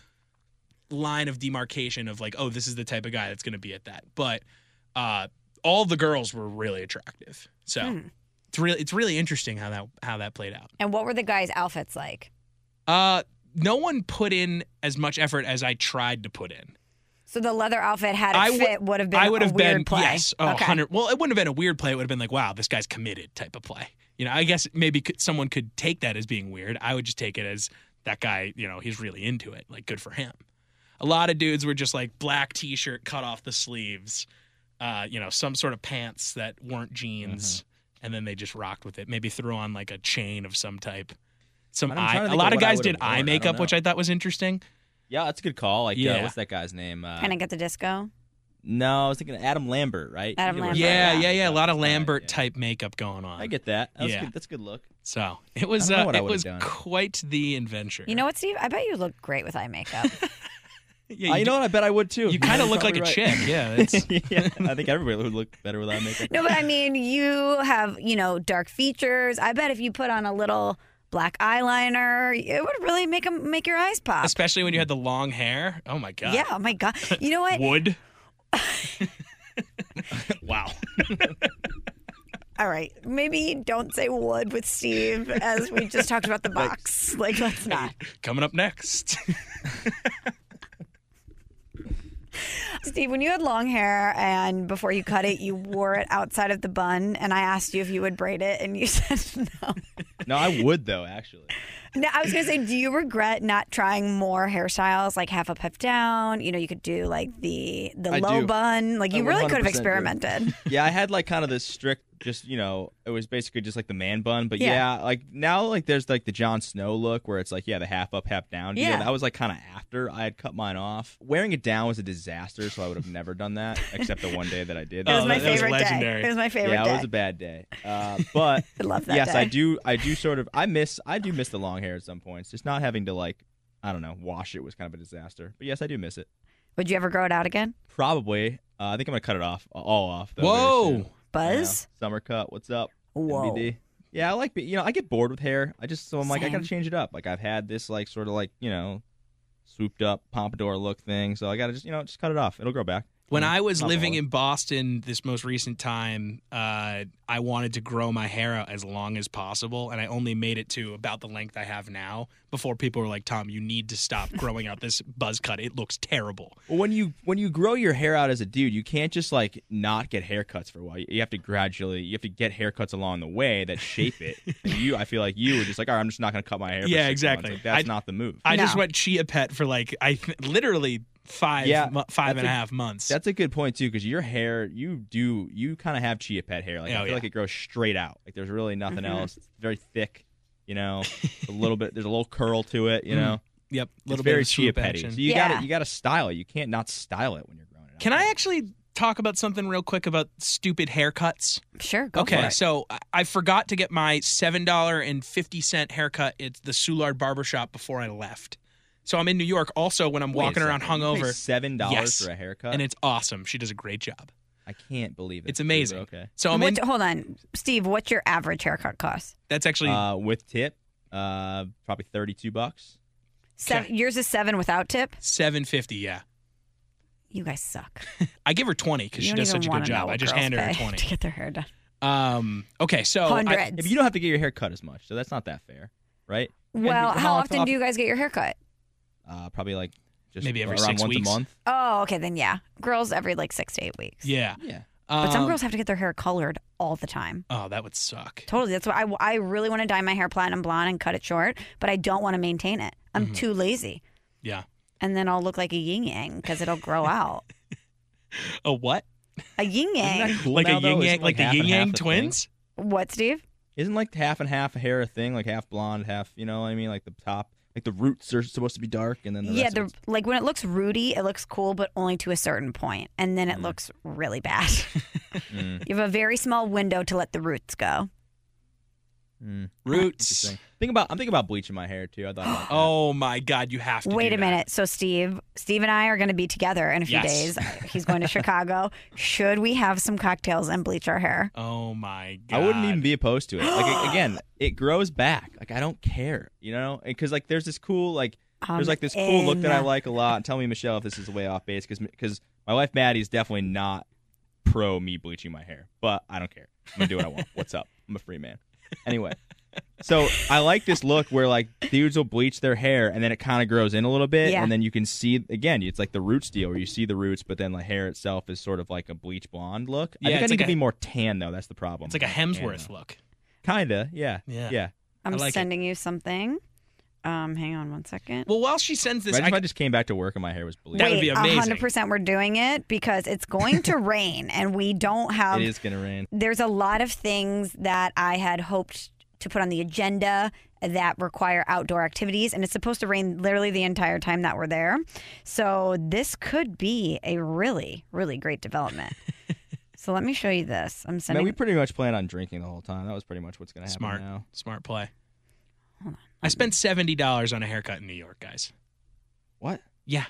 D: line of demarcation of like, oh, this is the type of guy that's going to be at that, but. uh all the girls were really attractive. So it's really it's really interesting how that how that played out.
C: And what were the guys' outfits like?
D: Uh, no one put in as much effort as I tried to put in.
C: So the leather outfit had it
D: I would-
C: fit would have been
D: I would
C: a
D: have
C: weird
D: been
C: play.
D: yes, oh,
C: Okay.
D: 100 Well, it wouldn't have been a weird play. It would have been like, wow, this guy's committed type of play. You know, I guess maybe could, someone could take that as being weird. I would just take it as that guy. You know, he's really into it. Like, good for him. A lot of dudes were just like black t-shirt, cut off the sleeves. Uh, you know, some sort of pants that weren't jeans,
E: Mm-hmm.
D: and then they just rocked with it. Maybe threw on like a chain of some type. Some
E: I'm trying to
D: eye.
E: think
D: A
E: of
D: lot of
E: what I
D: guys
E: would
D: did
E: have worn.
D: eye
E: I don't
D: makeup, which
E: know.
D: I thought was interesting.
E: Yeah, that's a good call. Like,
D: Yeah.
E: uh, what's that guy's name? Uh,
C: Panic at the Disco.
E: no, I was thinking of Adam Lambert, right?
C: Adam
E: He
C: Lambert,
E: was-
D: Yeah, yeah, yeah, A lot of
E: Yeah,
D: Lambert
E: yeah.
D: type makeup going on.
E: I get that. That's
D: Yeah.
E: good. That's a good look.
D: So it was
E: I don't know
D: uh,
E: what I
D: it
E: would've
D: was
E: done.
D: quite the adventure.
C: You know what, Steve? I bet you look great with eye makeup.
D: yeah,
E: Uh, you know what? I bet I would too.
D: you kind of
E: You're
D: look like
E: probably
D: a
E: right.
D: chick. Yeah, that's,
E: yeah, I think everybody would look better without makeup.
C: no, but I mean, you have you know dark features. I bet if you put on a little black eyeliner, it would really make 'em- make your eyes pop.
D: especially when you had the long hair. Oh my god.
C: Yeah. Oh my god. You know what?
D: Wood. wow.
C: All right. Maybe don't say wood with Steve as we just talked about the box. Like, let's not.
D: Coming up next.
C: Steve, when you had long hair and before you cut it, you wore it outside of the bun, and I asked you if you would braid it, and you said no.
E: No, I would though. Actually,
C: No, I was gonna say, do you regret not trying more hairstyles, like half up, half down? You know, you could do like the the
E: I
C: low
E: do.
C: bun. Like
E: I
C: you really could have
E: 100% do.
C: experimented.
E: yeah, I had like kind of this strict, just you know, it was basically just like the man bun. But
C: Yeah.
E: yeah, like now, like there's like the Jon Snow look where it's like yeah, the half up, half down. deal.
C: Yeah.
E: that was like kind of after I had cut mine off. Wearing it down was a disaster, so I would have never done that except the one day that I did.
C: It was
D: Oh,
C: my
D: that- that was
C: favorite day.
D: legendary.
C: It was my favorite
E: yeah,
C: day.
E: it was a bad day. Uh, but
C: I love that
E: yes, I
C: day.
E: do. I do sort of. I miss. I do miss the long hair at some points. Just not having to like, I don't know, wash it was kind of a disaster. But yes, I do miss it.
C: Would you ever grow it out again,
E: Probably. Uh, I think I'm gonna cut it off, all off. Though, very soon.
D: Whoa.
E: I know.
C: Buzz?
E: summer cut. What's up?
C: Whoa.
E: NBD. Yeah, I like. be- You know, I get bored with hair. I just so I'm like, I gotta
C: Same.
E: change it up. Like I've had this like sort of like you know, swooped up pompadour look thing. So I gotta just you know just cut it off. It'll grow back.
D: When
E: You know,
D: I was
E: Mm-hmm. not
D: living
E: bothered.
D: in Boston this most recent time, uh, I wanted to grow my hair out as long as possible, and I only made it to about the length I have now before people were like, Tom, you need to stop growing out this buzz cut. It looks terrible.
E: Well, when you when you grow your hair out as a dude, you can't just like not get haircuts for a while. You- You have to gradually, you have to get haircuts along the way that shape it. And you, I feel like you were just like, all right, I'm just not gonna cut my hair. for
D: Yeah,
E: six months."
D: exactly.
E: Like, that's
D: I-
E: not the move.
D: I just
C: No.
D: went chia pet for like I th- literally five
E: Yeah,
D: mo- five
E: that's
D: and a
E: a-
D: half months.
E: that's a good point too, because your hair, you do, you kind of have chia pet hair. Like
D: Oh,
E: I feel
D: yeah. Mm-hmm.
E: like it grows straight out. Like there's really nothing else. It's very thick. You know, a little bit. There's a little curl to it. You know,
D: yep,
E: it's
D: Mm, little bit
E: very
D: of
E: chia
D: swoop
E: petty.
D: action.
E: So you
C: Yeah.
E: gotta you gotta style it. You can't not style it when you're growing it. out.
D: Can I actually talk about something real quick about stupid haircuts?
C: Sure. Go
D: okay,
C: For it.
D: so I- I forgot to get my seven dollar and fifty cent haircut at the Soulard barbershop before I left. So I'm in New York. Also, when I'm
E: Wait a
D: walking around
E: second, you pay
D: hungover,
E: seven dollars
D: Yes.
E: for a haircut,
D: and it's awesome. She does a great job.
E: I can't believe it.
D: It's amazing.
E: Okay.
D: So I'm in.
C: What- hold on, Steve. What's your average haircut cost?
D: That's actually
E: Uh, with tip, uh, probably thirty-two bucks.
C: Seven,
D: Okay.
C: Yours is seven without tip.
D: seven fifty. Yeah,
C: You guys suck.
D: I give her twenty because
C: you
D: she
C: don't
D: does
C: even
D: such a
C: wanna
D: good
C: know
D: job.
C: what
D: I just
C: girls
D: handed her
C: pay to
D: twenty.
C: get their hair done.
D: Um. Okay. So I-
E: Yeah,
C: Hundreds.
E: but you don't have to get your hair cut as much, so that's not that fair, right?
C: well,
E: and-
C: how
E: how
C: often
E: often-
C: do you guys get your hair cut?
E: Uh, probably like just
D: Maybe every
E: around
D: six
E: once
D: weeks.
E: a month.
C: Oh, okay, then yeah. Girls every like six to eight weeks.
D: yeah.
E: Yeah.
C: But some
D: Um,
C: girls have to get their hair colored all the time.
D: Oh, that would suck.
C: Totally. That's why I, I really want to dye my hair platinum blonde and cut it short, but I don't want to maintain it. I'm
D: Mm-hmm.
C: too lazy.
D: Yeah.
C: And then I'll look like a yin yang because it'll grow out.
D: A what?
C: A yin
E: Isn't
C: yang.
E: that cool
D: like
E: now,
D: a
E: though?
D: yin yang,
E: Isn't,
D: like,
E: half
D: the yin
E: and half
D: yang
E: a thing?
D: twins?
C: What, Steve?
E: Isn't like half and half a hair a thing? Like half blonde, half you know what I mean? Like the top, like the roots are supposed to be dark, and then the
C: yeah,
E: rest of
C: the, like when it looks rooty, it looks cool, but only to a certain point, and
D: Mm.
C: then it looks really bad.
E: it's- Mm,
C: you have a very small window to let the roots go.
E: mm,
D: Roots.
E: interesting. Think about I'm thinking about bleaching my hair too. I thought. About that.
D: Oh my God, you have to.
C: Wait
D: do
C: a
D: that.
C: minute. So Steve, Steve and I are going to be together in a few
D: Yes.
C: days. He's going to Chicago. Should we have some cocktails and bleach our hair?
D: Oh my God.
E: I wouldn't even be opposed to it. Like again, it grows back. Like I don't care, you know, because like there's this cool like
C: Um,
E: there's like this cool
D: Um,
E: look that I
C: in.
E: like a lot. Tell me, Michelle, if this is way off base, because my wife Maddie's definitely not pro me bleaching my hair, but I don't care. I'm gonna do what I want. What's up? I'm a free man. Anyway, so I like this look where like dudes will bleach their hair and then it kind of grows in a little bit,
C: Yeah.
E: and then you can see again. It's like the roots deal where you see the roots, but then the hair itself is sort of like a bleach blonde look.
D: Yeah,
E: I think I
D: it's
E: need
D: like
E: to be
D: a-
E: more tan though. That's the problem.
D: It's like a Hemsworth look.
E: Kinda, yeah,
D: Yeah.
E: yeah.
C: I'm
D: I like it.
C: sending you something. Um, hang on one second.
D: Well, while she sends this,
E: Imagine
D: I,
E: if I just came back to work and my hair was bleached.
D: That would
C: Wait,
D: be amazing.
C: 100% we're doing it because it's going to rain and we don't have
D: um,
E: it is gonna rain.
C: there's a lot of things that I had hoped to put on the agenda that require outdoor activities, and it's supposed to rain literally the entire time that we're there. So this could be a really, really great development. so let me show you this. I'm
E: Man,
C: sending.
E: we pretty much plan on drinking the whole time. That was pretty much what's gonna happen
D: smart,
E: now.
D: smart play. I spent seventy dollars on a haircut in New York, guys.
E: What?
D: Yeah,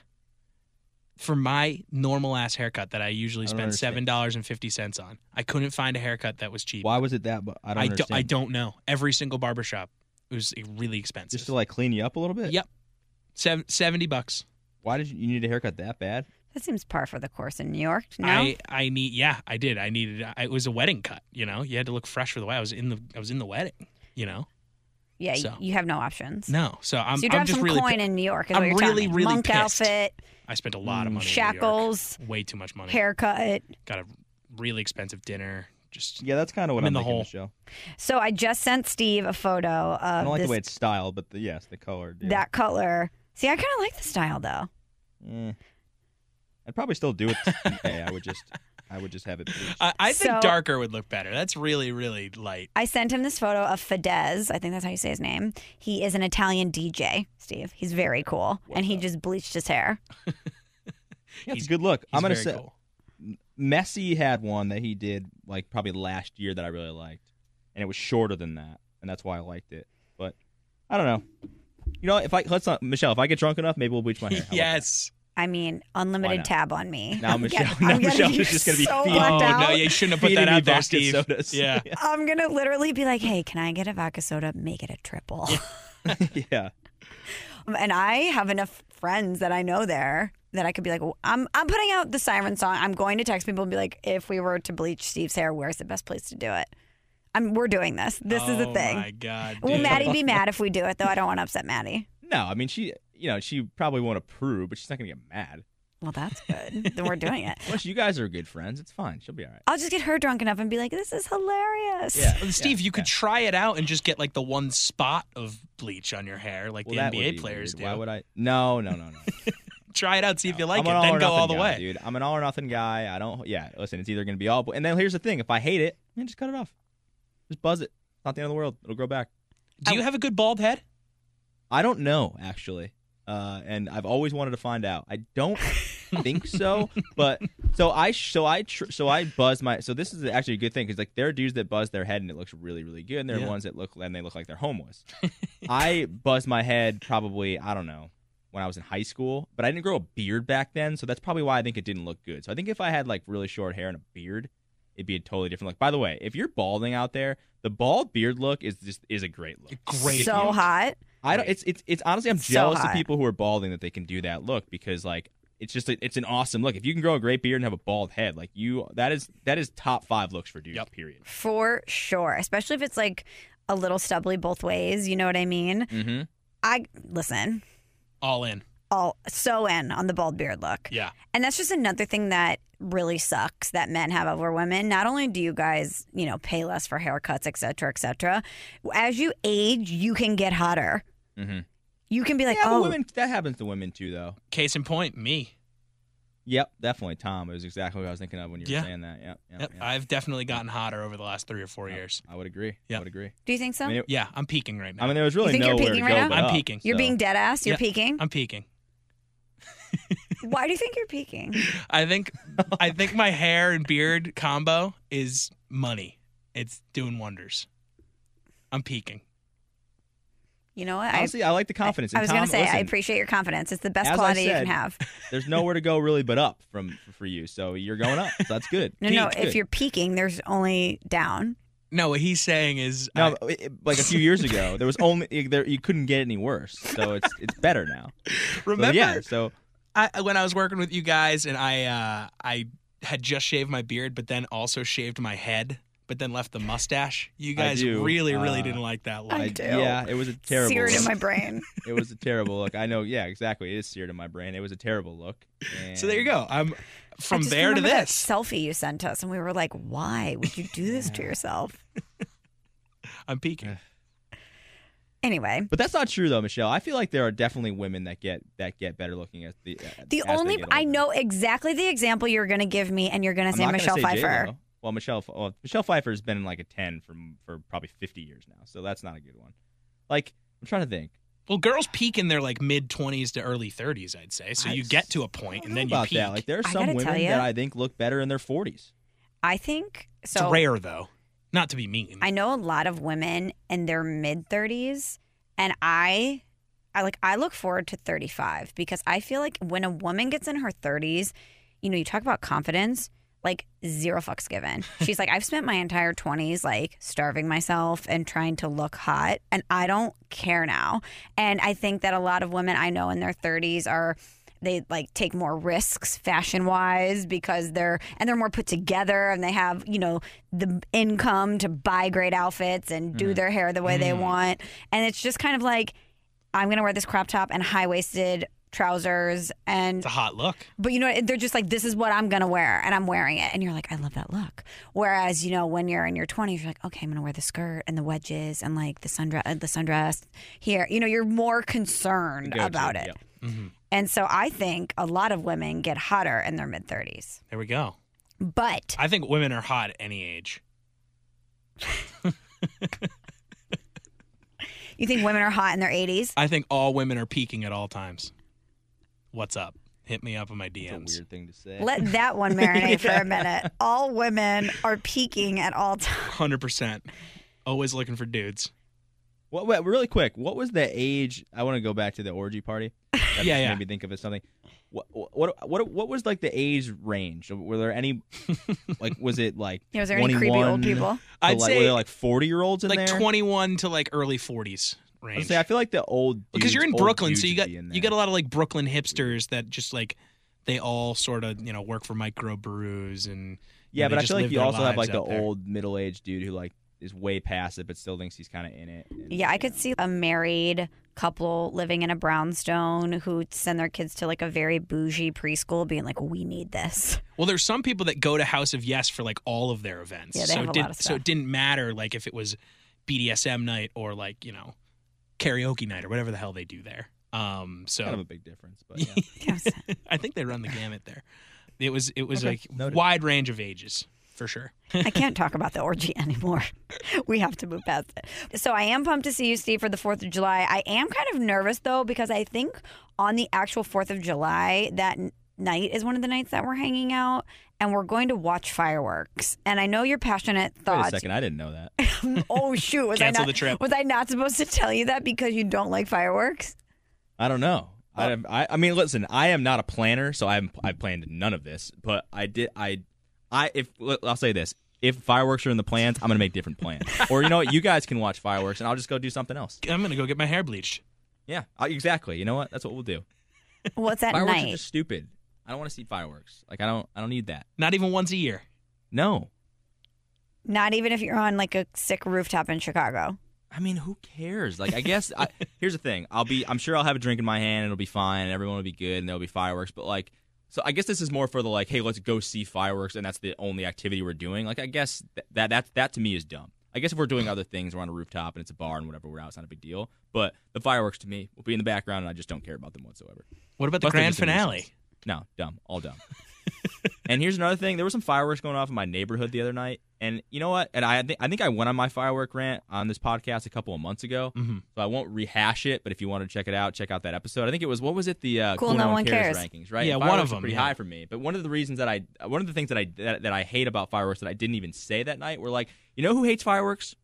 D: for my normal ass haircut that I usually
E: I don't
D: spend
E: understand.
D: seven dollars and fifty cents on, I couldn't find a haircut that was cheap.
E: Why was it that? But I don't.
D: I, do,
E: understand.
D: I don't know. Every single barbershop it was eh, really expensive.
E: Just to like clean you up a little bit.
D: yep, Sev- seventy bucks.
E: Why did you, you need a haircut that bad?
C: that seems par for the course in New York. No,
D: I I need yeah I did I needed I, it was a wedding cut you know you had to look fresh for the wedding I was in the I was in the wedding you know
C: yeah, y-
D: so.
C: you have no options.
D: no so I'm
C: so you
D: I'm
C: dropped
D: just
C: some
D: really
C: coin
D: pi-
C: in New York. Is
D: I'm
C: what you're telling
D: really,
C: me.
D: really
C: monk
D: pissed.
C: outfit,
D: I spent a lot of money in New York.
C: shackles,
D: way too much money
C: haircut.
D: got a really expensive dinner just
E: Yeah, that's kind of
D: I'm
E: what I'm,
D: in the
E: thinking,
D: hole.
E: Michelle.
C: So I just sent Steve a photo of
E: I don't like
C: this,
E: the way it's styled, but the, yes, the color. dude.
C: that color. See, I kind of like the style though.
E: Eh. I'd probably still do it today. I would just, I would just have it. bleached.
D: I, I think
C: So-
D: darker would look better that's really really light
C: I sent him this photo of Fidesz. I think that's how you say his name. He is an Italian DJ, Steve. He's very cool. and he just bleached his hair.
E: Yeah, it's
D: he's-
E: a good look.
D: He's
E: I'm gonna
D: very
E: say
D: cool.
E: Messi had one that he did like probably last year that I really liked, and it was shorter than that, and that's why I liked it. But I don't know. You know, if I let's not Michelle, if I get drunk enough, maybe we'll bleach my hair. How about
D: yes
C: I mean,
E: Why
C: unlimited
E: not?
C: tab on me.
E: Now
C: I'm
E: Michelle-
C: getting-
E: now
C: I'm gonna
E: Michelle
C: be
E: is just gonna be
C: so
E: feeding-
C: blacked
D: oh
C: out.
D: no yeah you shouldn't have put
E: Feeding
D: that
E: me
D: out there
E: vodka
D: Steve
E: sodas.
D: yeah
C: I'm gonna literally be like, "Hey, can I get a vodka soda? Make it a triple."
E: that? yeah.
C: and I have enough friends that I know there that I could be like, "I'm I'm putting out the siren song. I'm going to text people and be like, if we were to bleach Steve's hair, where's the best place to do it? I'm we're doing this. This is the
D: Oh,
C: thing.
D: my god
C: Will
D: dude.
C: Maddie be mad if we do it though? I don't want to upset Maddie.
E: No, I mean she, you know, she probably won't approve, but she's not gonna get mad.
C: Well, that's good. then we're doing it.
E: Plus, you guys are good friends. It's fine. She'll be all right.
C: I'll just get her drunk enough and be like, "This is hilarious."
E: Yeah,
D: Well, Steve,
E: yeah,
D: you could
E: yeah.
D: try it out and just get like the one spot of bleach on your hair, like
E: Well, that
D: the
E: would
D: NBA
E: be
D: players do.
E: weird. Why would I? No, no, no, no.
D: try it out, see if you like
E: I'm
D: it,
E: an
D: then
E: or
D: go all the
E: nothing guy,
D: way.
E: dude. I'm an all or nothing guy. I don't. Yeah, listen, it's either gonna be all. And then here's the thing: if I hate it, then just cut it off. Just buzz it. It's not the end of the world. It'll grow back.
D: Do you have a good bald head?
E: I don't know actually, uh, and I've always wanted to find out. I don't think so, but so I so I tr- so I buzz my so this is actually a good thing because like there are dudes that buzz their head and it looks really really good, and there are
D: Yeah.
E: ones that look and they look like they're homeless. I buzzed my head probably I don't know when I was in high school, but I didn't grow a beard back then, so that's probably why I think it didn't look good. So I think if I had like really short hair and a beard. It'd be a totally different look. By the way, if you're balding out there, the bald beard look is just is a great look.
D: Great.
C: So hot.
E: I don't. It's it's it's honestly, I'm
C: It's so
E: jealous of
C: hot.
E: people who are balding that they can do that look because like it's just a, it's an awesome look. If you can grow a great beard and have a bald head, like you, that is that is top five looks for dudes.
D: Yep.
E: Period.
C: For sure. Especially if it's like a little stubbly both ways, you know what I mean?
E: Mm-hmm.
C: I listen,
D: all in.
C: all so in on the bald beard look.
D: Yeah.
C: And that's just another thing that really sucks that men have over women. Not only do you guys, you know, pay less for haircuts, et cetera, et cetera, as you age, you can get hotter.
E: Mm-hmm.
C: You can be like,
E: yeah, but
C: oh,
E: women. That happens to women too, though.
D: Case in point, me.
E: Yep, definitely. Tom, it was exactly what I was thinking of when you were
D: Yeah.
E: saying that. Yep, yep,
D: Yep.
E: yep.
D: I've definitely gotten hotter over the last three or four
E: Yep.
D: years.
E: I would agree. I
D: Yep.
E: would agree.
C: do you think so?
E: I mean, it-
D: Yeah, I'm peaking right now.
E: I mean, there was really
C: think you're
E: nowhere to
C: peeking
E: go.
C: right now?
E: but
D: I'm
E: up,
D: peeking.
C: you're
E: so-
C: being dead ass. You're
D: Yeah.
C: peeking.
D: I'm peaking.
C: Why do you think you're peeking?
D: I think I think my hair and beard combo is money. It's doing wonders. I'm peaking.
C: You know what? I,
E: Honestly, I like the confidence.
C: I
E: in
C: was
E: Tom,
C: gonna say I
E: listen,
C: appreciate your confidence. It's the best
E: As I
C: quality you can
E: said-
C: have.
E: There's nowhere to go really, but up from for you. So you're going up. So that's good.
C: No, no.
E: Peaked,
C: If
E: good.
C: you're peaking, there's only down.
D: No, what he's saying is I-
E: No, it- it- like a few years ago, there was only you- there you couldn't get any worse. So it's it's better now. So,
D: remember
E: yeah. So
D: I, when I was working with you guys, and I uh, I had just shaved my beard, but then also shaved my head, but then left the mustache. You
E: I
D: guys
E: do,
D: really, really
E: uh,
D: didn't like that
E: I,
D: look.
C: do.
E: Yeah, it was a terrible.
C: seared in
E: look.
C: my brain.
E: it was a terrible look. I know. Yeah, exactly. It is seared in my brain. It was a terrible look.
D: So there you
E: and-
D: go. I'm
C: I
D: from
C: just
D: there to
C: remember that
D: this.
C: selfie you sent us, and we were like, "Why would you do this to yourself?"
D: I'm peeking.
C: Anyway,
E: But that's not true though, Michelle. I feel like there are definitely women that get that get better looking as the uh, as
C: the
E: they
C: only
E: get
C: I
E: older.
C: know exactly the example you're going to give me, and you're going to
E: I'm
C: say
E: not gonna
C: Michelle
E: say
C: Pfeiffer.
E: J-Lo. Well, Michelle well, Michelle Pfeiffer has been in like a ten for for probably fifty years now, so that's not a good one. Like I'm trying to think.
D: Well, girls peak in their like mid 20s to early 30s, I'd say. So
E: I
D: you
E: s-
D: get to a point
E: I don't
D: and
E: know
D: then you
E: about
D: peak.
E: that. Like there are
C: I
E: some
C: gotta
E: women
C: tell ya.
E: that I think look better in their forties.
C: I think
D: it's
C: so.
D: rare though. Not to be mean.
C: I know a lot of women in their mid 30s, and I, I like I look forward to 35 because I feel like when a woman gets in her 30s, you know, you talk about confidence, like zero fucks given. She's like, I've spent my entire 20s like starving myself and trying to look hot, and I don't care now. And I think that a lot of women I know in their 30s are they like take more risks fashion wise because they're and they're more put together and they have you know the income to buy great outfits and do their hair the way they want and it's just kind of like i'm gonna wear this crop top and high waisted trousers and
D: It's a hot look.
C: but you know what? they're just like this is what i'm gonna wear and i'm wearing it and you're like i love that look whereas you know when you're in your 20s you're like okay i'm gonna wear the skirt and the wedges and like the sundress the sundress here you know you're more concerned
E: Go-to,
C: about it
E: yep.
C: and so I think a lot of women get hotter in their mid 30s.
D: There we go.
C: But
D: I think women are hot at any age.
C: you think women are hot in their 80s?
D: I think all women are peaking at all times. What's up? Hit me up on my DMs.
E: That's a weird thing to say.
C: Let that one marinate for a minute. All women are peaking at all times.
D: Hundred percent. Always looking for dudes.
E: What, wait, really quick, what was the age? I want to go back to the orgy party. That just
D: yeah.
E: Made me think of it something. What, what what what was like the age range? Were there any like was it like
C: Yeah, was there any creepy old
E: 21
C: people?
E: to,
D: I'd
E: like,
D: say
E: were there like forty year olds in
D: like
E: there?
D: twenty-one to like early forties
E: I
D: range.
E: say I feel like the old
D: because you're in
E: dudes- old
D: Brooklyn,
E: dudes
D: so you
E: would
D: got
E: be in
D: you
E: there.
D: got a lot of like Brooklyn hipsters that just like they all sort of you know work for micro brews and
E: yeah,
D: and they
E: but I
D: just
E: feel like
D: live
E: you
D: their
E: also have
D: lives
E: like the
D: out there.
E: old middle aged dude who like is way past it but still thinks he's kind of in it. and,
C: Yeah, I
E: you
C: could
E: know.
C: see a married couple living in a brownstone who send their kids to like a very bougie preschool being like, we need this.
D: Well, there's some people that go to House of Yes for like all of their events.
C: Yeah, they
D: so
C: have a
D: it did,
C: lot of
D: So
C: stuff.
D: it didn't matter like if it was BDSM night or like you know karaoke night or whatever the hell they do there. Um, so
E: kind of a big difference, but yeah.
C: Yes.
D: I think they run the gamut there. It was it was
E: Okay,
D: like
E: noted.
D: wide range of ages for sure.
C: I can't talk about the orgy anymore. We have to move past it. So I am pumped to see you, Steve, for the 4th of July. I am kind of nervous, though, because I think on the actual 4th of July, that n- night is one of the nights that we're hanging out and we're going to watch fireworks. And I know your passionate
E: Wait a
C: thoughts.
E: second, I didn't know that.
C: Oh, shoot. Was, I
D: Cancel
C: not,
D: the trip.
C: was I not supposed to tell you that because you don't like fireworks?
E: I don't know. I, I I mean, listen, I am not a planner, so I haven't- I planned none of this. But I did I I if l- I'll say this: if fireworks are in the plans, I'm gonna make different plans. or you know what? You guys can watch fireworks, and I'll just go do something else.
D: I'm gonna go get my hair bleached.
E: Yeah, I, exactly. You know what? That's what we'll do.
C: Well, it's at
E: fireworks
C: night.
E: are just stupid. I don't want to see fireworks. Like I don't I don't need that.
D: Not even once a year.
E: No.
C: Not even if you're on like a sick rooftop in Chicago.
E: I mean, who cares? Like, I guess I, here's the thing. I'll be. I'm sure I'll have a drink in my hand. and It'll be fine. And everyone will be good, and there'll be fireworks. But like, so I guess this is more for the like, hey, let's go see fireworks, and that's the only activity we're doing. Like, I guess th- that that that to me is dumb. I guess if we're doing other things, we're on a rooftop and it's a bar and whatever, we're out. It's not a big deal. But the fireworks to me will be in the background, and I just don't care about them whatsoever.
D: What about the
E: Plus, they're
D: grand
E: just a
D: finale?
E: nuisance. No, dumb, all dumb. and here's another thing: there were some fireworks going off in my neighborhood the other night, and you know what? And I think I think I went on my firework rant on this podcast a couple of months ago,
D: Mm-hmm.
E: so I won't rehash it. But if you want to check it out, check out that episode. I think it was what was it the uh,
C: Cool No One Cares.
E: rankings, right?
D: Yeah,
E: And
D: one of
E: fireworks are
D: them,
E: pretty
D: yeah.
E: high for me. But one of the reasons that I one of the things that I that, that I hate about fireworks that I didn't even say that night were like, you know who hates fireworks?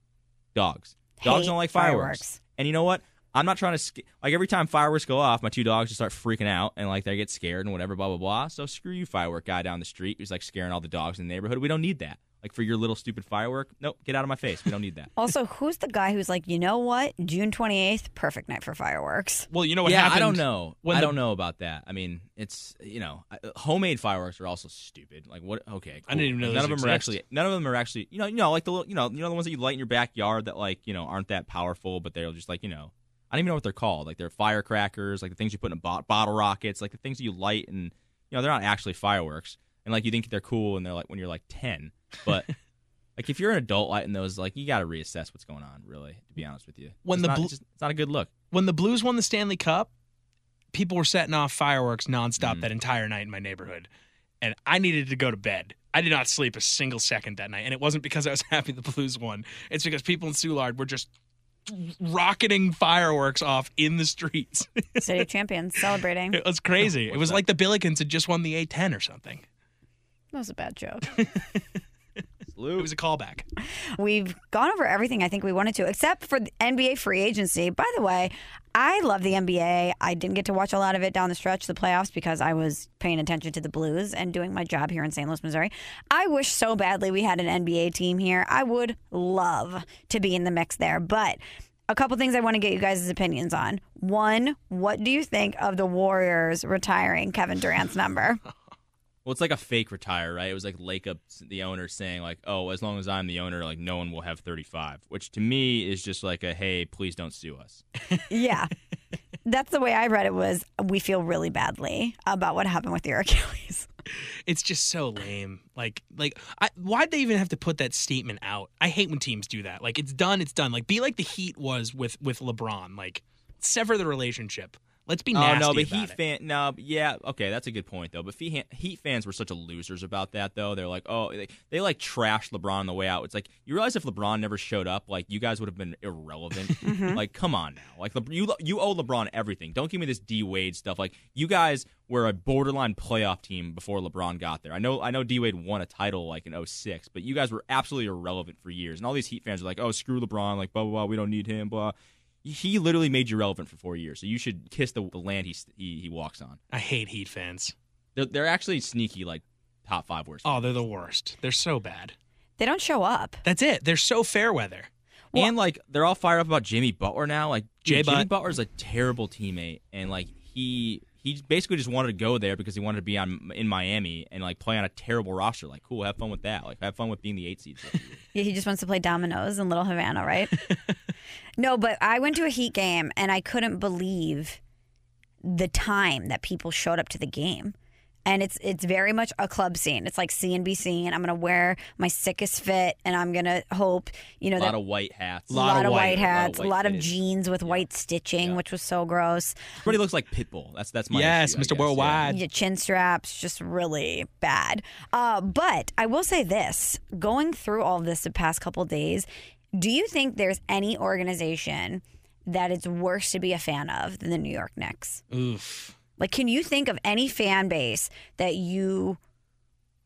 E: Dogs. Dogs
C: Hate
E: don't like
C: fireworks.
E: fireworks. And you know what? I'm not trying to sca- like every time fireworks go off, my two dogs just start freaking out and like they get scared and whatever, blah blah blah. So screw you, firework guy down the street who's like scaring all the dogs in the neighborhood. We don't need that. like for your little stupid firework. Nope, get out of my face. We don't need that.
C: Also, who's the guy who's like, you know what? June 28th, perfect night for fireworks.
D: Well, you know what
E: yeah,
D: happened?
E: I don't know.
D: when
E: I
D: the-
E: don't know about that. I mean, it's you know, I- uh, homemade fireworks are also stupid. Like what? Okay,
D: I didn't
E: cool.
D: even know
E: Like,
D: those
E: none of them are
D: exist.
E: actually. None of them are actually. You know, you know, like the little, you know, you know the ones that you light in your backyard that like you know aren't that powerful, but they're just like you know, I don't even know what they're called. Like they're firecrackers, like the things you put in a bo- bottle rockets, like the things that you light, and you know they're not actually fireworks. And like you think they're cool, and they're like when you're like ten, but. Like if you're an adult lighting those, like you got to reassess what's going on. Really, to be honest with you,
D: When
E: It's
D: the
E: not-
D: blu-
E: it's just- it's not a good look.
D: when the Blues won the Stanley Cup, people were setting off fireworks nonstop
E: Mm.
D: that entire night in my neighborhood, and I needed to go to bed. I did not sleep a single second that night, and it wasn't because I was happy the Blues won. It's because people in Soulard were just rocketing fireworks off in the streets.
C: City champions celebrating. That
D: it was crazy. it was like the Billikens had just won the A10 or something.
C: was a bad joke.
D: It was a callback.
C: We've gone over everything I think we wanted to, except for the NBA free agency. By the way, I love the NBA. I didn't get to watch a lot of it down the stretch, the playoffs, because I was paying attention to the Blues and doing my job here in St. Louis, Missouri. I wish so badly we had an NBA team here. I would love to be in the mix there, but. A couple things I want to get you guys' opinions on. One, what do you think of the Warriors retiring Kevin Durant's number?
E: Well, it's like a fake retire, right? It was like Lake up the owner saying like, "Oh, as long as I'm the owner, like no one will have 35," which to me is just like a, "Hey, please don't sue us."
C: Yeah. That's the way I read it was we feel really badly about what happened with your Achilles.
D: It's just so lame. Like, like, I, why'd they even have to put that statement out? I hate when teams do that. Like, it's done. It's done. Like, be like the Heat was with with LeBron. Like, sever the relationship. Let's be nasty.
E: oh no, but
D: about
E: Heat
D: it.
E: fan, no, but yeah, okay, that's a good point though. But Heat, Heat fans were such a losers about that though. They're like, "Oh, they, they like trashed LeBron on the way out." It's like you realize if LeBron never showed up, like you guys would have been irrelevant.
D: Mm-hmm.
E: Like, come on now, like Le- you you owe LeBron everything. Don't give me this D Wade stuff. Like you guys were a borderline playoff team before LeBron got there. I know I know D Wade won a title like in 06, but you guys were absolutely irrelevant for years. And all these Heat fans are like, "Oh, screw LeBron, like blah blah blah, we don't need him, blah." He literally made you relevant for 4 years. So you should kiss the, the land he, st- he he walks on.
D: I hate Heat fans.
E: They're they're actually sneaky like top 5 worst.
D: Oh, they're the worst. They're so bad.
C: They don't show up.
D: That's it. They're so fair weather.
E: and like they're all fired up about Jimmy Butler now. Like dude,
D: Jay
E: Jimmy
D: Butt.
E: Butler's a terrible teammate, and like he he basically just wanted to go there because he wanted to be on in Miami and like play on a terrible roster. Like, cool, have fun with that. Like, have fun with being the eight seed.
C: Yeah, he just wants to play dominoes in Little Havana, right? no, but I went to a Heat game and I couldn't believe the time that people showed up to the game. And it's it's very much a club scene. It's like CNBC, and I'm gonna wear my sickest fit, and I'm gonna hope you know
E: a
C: that
E: lot of white hats.
C: a lot, of white hats, a
E: white
C: lot of
E: fitted.
C: jeans with white stitching,
E: Yeah.
C: which was so gross.
E: Everybody looks like Pitbull. That's that's my
D: yes,
E: issue, I
D: Mr.
E: guess, yeah.
D: Worldwide.
C: your chin straps just really bad uh, but i will say this going through all of this the past couple days do you think there's any organization that it's worse to be a fan of than the new york knicks
D: Oof.
C: like can you think of any fan base that you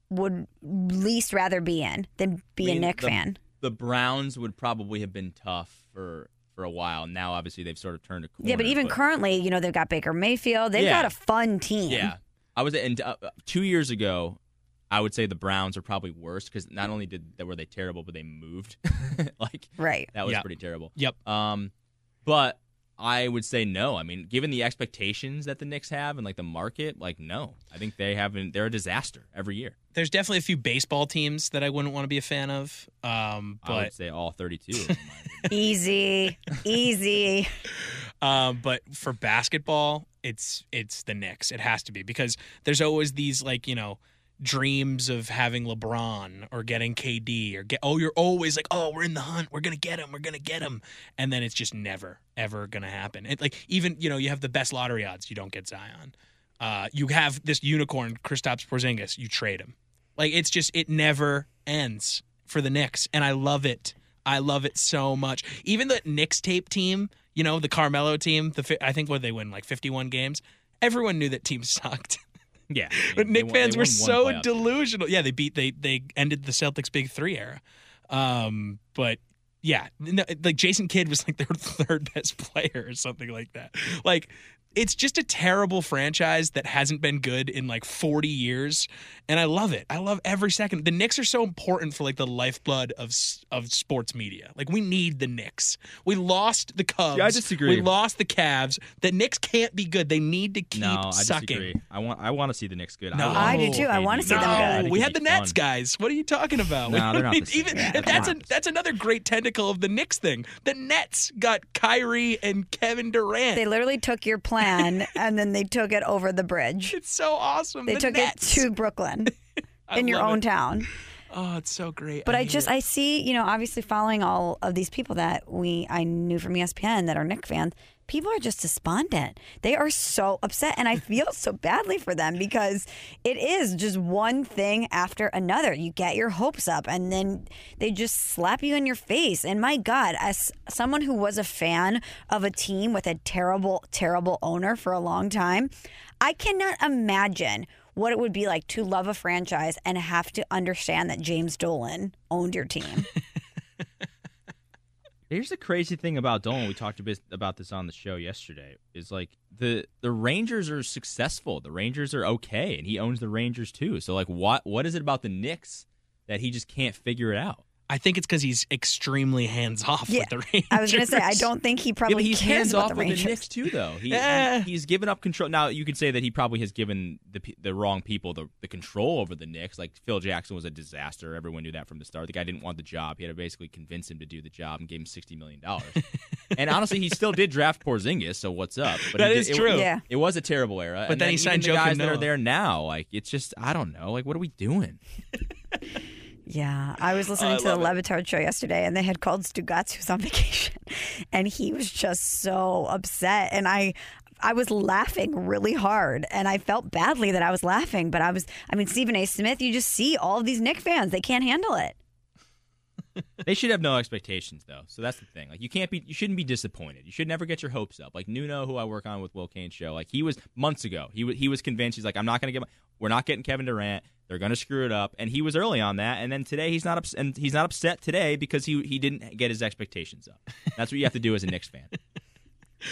C: would least rather be in than be
E: I mean,
C: a Knicks
E: the-
C: fan
E: The Browns would probably have been tough for for a while. Now, obviously, they've sort of turned a corner.
C: yeah but even currently you know they've got baker mayfield they've
E: Yeah.
C: got a fun team
E: Yeah, I was and uh, two years ago, I would say the Browns are probably worse because not only did were they terrible, but they moved. like
C: right
E: that was
D: Yeah.
E: pretty terrible.
D: Yep.
E: Um, but I would say no. I mean, given the expectations that the Knicks have and like the market, like no, I think they haven't. They're a disaster every year.
D: There's definitely a few baseball teams that I wouldn't want to be a fan of. Um,
E: I
D: but
E: would say all thirty-two. of them.
C: easy easy
D: Um, but for basketball, it's it's the Knicks. It has to be because there's always these like you know dreams of having LeBron or getting KD or get. Oh, you're always like, oh, we're in the hunt. We're gonna get him. We're gonna get him. And then it's just never ever gonna happen. It, like even you know you have the best lottery odds. You don't get Zion. Uh, you have this unicorn, Kristaps Porzingis. You trade him. Like it's just it never ends for the Knicks, and I love it. I love it so much. Even the Knicks tape team, you know, the Carmelo team. The fi- I think what they win like fifty-one games. Everyone knew that team sucked,
E: yeah, I mean,
D: but
E: they
D: Knicks
E: won- they
D: fans were
E: won
D: so
E: one playoff game.
D: delusional. Yeah, they beat they they ended the Celtics Big Three era. Um, but yeah, no, like Jason Kidd was like their third best player or something like that. Like it's just a terrible franchise that hasn't been good in like 40 years, and I love it. I love every second. The Knicks are so important for like the lifeblood of s- of sports media. Like we need the Knicks. We lost the Cubs.
E: Yeah, I disagree.
D: We lost the Cavs. The Knicks can't be good. They need to keep
E: no, I
D: sucking.
E: disagree. I want I want to see the Knicks good.
D: No.
E: love
D: I do
E: KD.
C: too. I wanna see them good.
E: I
D: No,
E: think
D: we
E: it'd
D: had the
E: be
D: Nets
E: fun.
D: guys. What are you talking about?
E: No, they're not the
D: Even-
E: same.
D: even
E: Yeah, they're
D: that's a,
E: not.
D: that's another great tentacle of the Knicks thing. The Nets got Kyrie and Kevin Durant.
C: They literally took your plan and then they took it over the bridge.
D: it's so awesome.
C: They
D: the
C: took it
D: Nets.
C: to Brooklyn
D: I
C: in your
D: love
C: own
D: it.
C: town.
D: Oh, it's so great.
C: But I
D: hate
C: just
D: it.
C: I see, you know, obviously following all of these people that we I knew from E ESPN that are Nick fans, people are just despondent. They are so upset and I feel so badly for them because it is just one thing after another. You get your hopes up and then they just slap you in your face. And my god, as someone who was a fan of a team with a terrible terrible owner for a long time, I cannot imagine what it would be like to love a franchise and have to understand that James Dolan owned your team.
E: Here's the crazy thing about Dolan. We talked a bit about this on the show yesterday. Is like the the Rangers are successful. The Rangers are okay, and he owns the Rangers too. So like, what what is it about the Knicks that he just can't figure it out?
D: I think it's because he's extremely hands off
C: Yeah,
D: with the Rangers.
C: I was going to say, I don't think he
E: Yeah, but
C: probably
E: he's
C: cares
E: hands
C: about
E: off
C: the
E: with
C: Rangers.
E: the Knicks too, though. He,
D: Yeah.
E: he- he's given up control. Now you could say that he probably has given the pe- the wrong people the, the control over the Knicks. Like Phil Jackson was a disaster. Everyone knew that from the start. The guy didn't want the job. He had to basically convince him to do the job and gave him sixty million dollars. and honestly, he still did draft Porzingis. So what's up? But
D: That
E: he
D: is
E: did, it-
D: true.
C: Yeah.
E: It was a terrible era.
D: But
E: and
D: then he
E: even
D: signed
E: the
D: Joakim
E: guys that
D: Noah.
E: are there now. Like it's just I don't know. Like what are we doing?
C: Yeah, I
E: Oh,
C: was listening to the Levitard show yesterday, and they had called Stugatz, who's on vacation, and he was just so upset, and I. I was laughing really hard and I felt badly that I was laughing, but I was, I mean, Stephen A. Smith, you just see all of these Nick fans. They can't handle it.
E: They should have no expectations though. So that's the thing. Like you can't be you shouldn't be disappointed. You should never get your hopes up. Like Nuno, who I work on with Will Kane's show, like he was months ago. He was he was convinced he's like, I'm not gonna get my we're not getting Kevin Durant. They're gonna screw it up. And he was early on that. And then today he's not ups- and he's not upset today because he he didn't get his expectations up. That's what you have to do as a Knicks fan.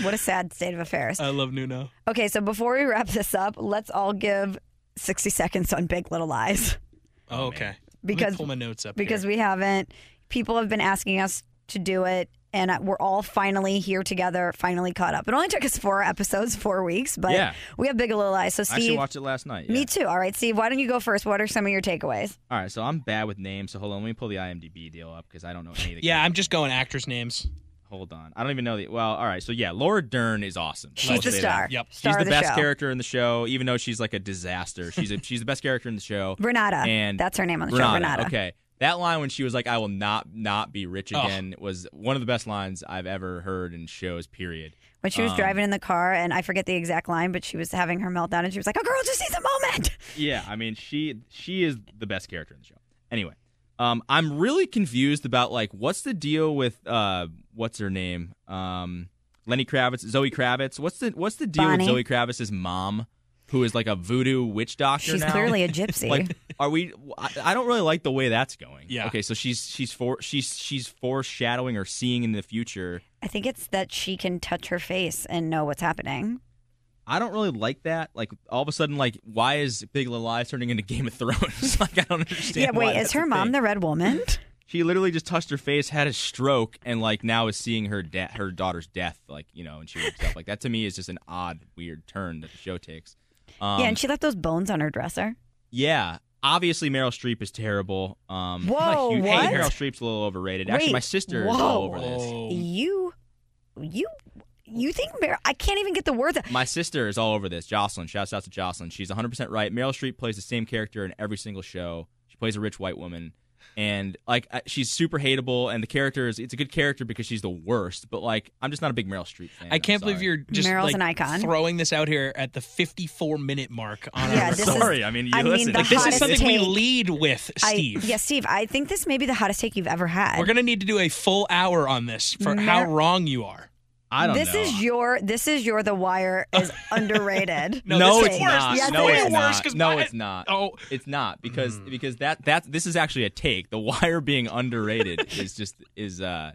C: What a sad state of affairs.
D: I love Nuno.
C: Okay, so before we wrap this up, let's all give 60 seconds on Big Little Lies
D: Oh, okay. Let
C: Because-
D: me pull my notes up
C: because
D: here.
C: we haven't. People have been asking us to do it, and we're all finally here together, finally caught up. It only took us four episodes, four weeks, but
E: Yeah.
C: we have Big Little Lies. So,
E: I actually
C: Steve,
E: watched it last night.
C: me
E: yeah.
C: too. All right, Steve, why don't you go first? What are some of your takeaways?
E: All right, so I'm bad with names, so hold on, let me pull the IMDB deal up because I don't know any of the
D: yeah,
E: characters.
D: I'm just going actors' names.
E: Hold on. I don't even know the. Well, all right. So yeah, Laura Dern is awesome.
C: She's
E: I'll
C: the
E: say
C: star.
E: that.
D: Yep.
E: She's
C: Star
E: the,
C: of the
E: best
C: show.
E: character in the show, even though she's like a disaster. She's a, she's the best character in the show.
C: Renata.
E: And
C: That's her name on the show.
E: Renata.
C: Renata.
E: Okay. That line when she was like, "I will not not be rich
D: Oh.
E: again," was one of the best lines I've ever heard in shows. Period.
C: When she was
E: Um,
C: driving in the car, and I forget the exact line, but she was having her meltdown, and she was like, "A girl just needs a moment."
E: Yeah, I mean she she is the best character in the show. Anyway, um, I'm really confused about like what's the deal with uh what's her name um Lenny Kravitz Zoe Kravitz what's the what's the deal
C: Bonnie.
E: with Zoe Kravitz's mom who is like a voodoo witch doctor?
C: She's
E: now?
C: clearly a gypsy.
E: like are we I, I don't really like the way that's going.
D: Yeah.
E: Okay, so she's she's for she's she's foreshadowing or seeing in the future.
C: I think it's that she can touch her face and know what's happening.
E: I don't really like that. Like all of a sudden, like why is Big Little Lies turning into Game of Thrones? like I don't understand.
C: Yeah, wait,
E: why
C: is
E: that's a
C: her mom
E: thing.
C: the red woman?
E: She literally just touched her face, had a stroke, and like now is seeing her de- her daughter's death, like you know, and she wakes up. Like that to me is just an odd, weird turn that the show takes. Um,
C: yeah, and she left those bones on her dresser.
E: yeah, obviously Meryl Streep is terrible. Um, I'm not
C: Whoa,
E: a huge- I
C: what?
E: think Meryl Streep's a little overrated. Actually,
C: Wait,
E: my sister
C: Oh.
E: is all over this.
D: Whoa.
C: You, you, you think Meryl? I can't even get the words. out.
E: My sister is all over this. Jocelyn, shouts out to Jocelyn. She's 100% right. Meryl Streep plays the same character in every single show. She plays a rich white woman. And like I- she's super hateable, and the character is it's a good character because she's the worst. But like I'm just not a big Meryl Streep fan.
D: I can't
E: I'm
D: believe
E: sorry.
D: you're just
C: Meryl's
D: like,
C: an icon.
D: throwing this out here at the 54 minute mark on
C: Yeah,
D: our
C: this
D: recording.
E: sorry. I mean, you
C: I mean,
E: listen.
C: the
E: like,
D: This
C: hottest
D: is something we
C: take.
D: lead with, Steve.
C: I, yeah, Steve. I think this may be the hottest take you've ever had.
D: We're going to need to do a full hour on this for how
C: Mer-
D: wrong you are.
E: I don't
C: this
E: know.
C: is your. This is your. The Wire is underrated.
D: No,
E: no,
D: this
E: it's
D: is worse.
E: not.
D: This is
E: no,
D: way
E: it's
D: worse
E: not.
D: 'cause
E: No,
D: my-
E: it's not.
D: Oh.
E: it's not because because that that this is actually a take. The wire being underrated is just is uh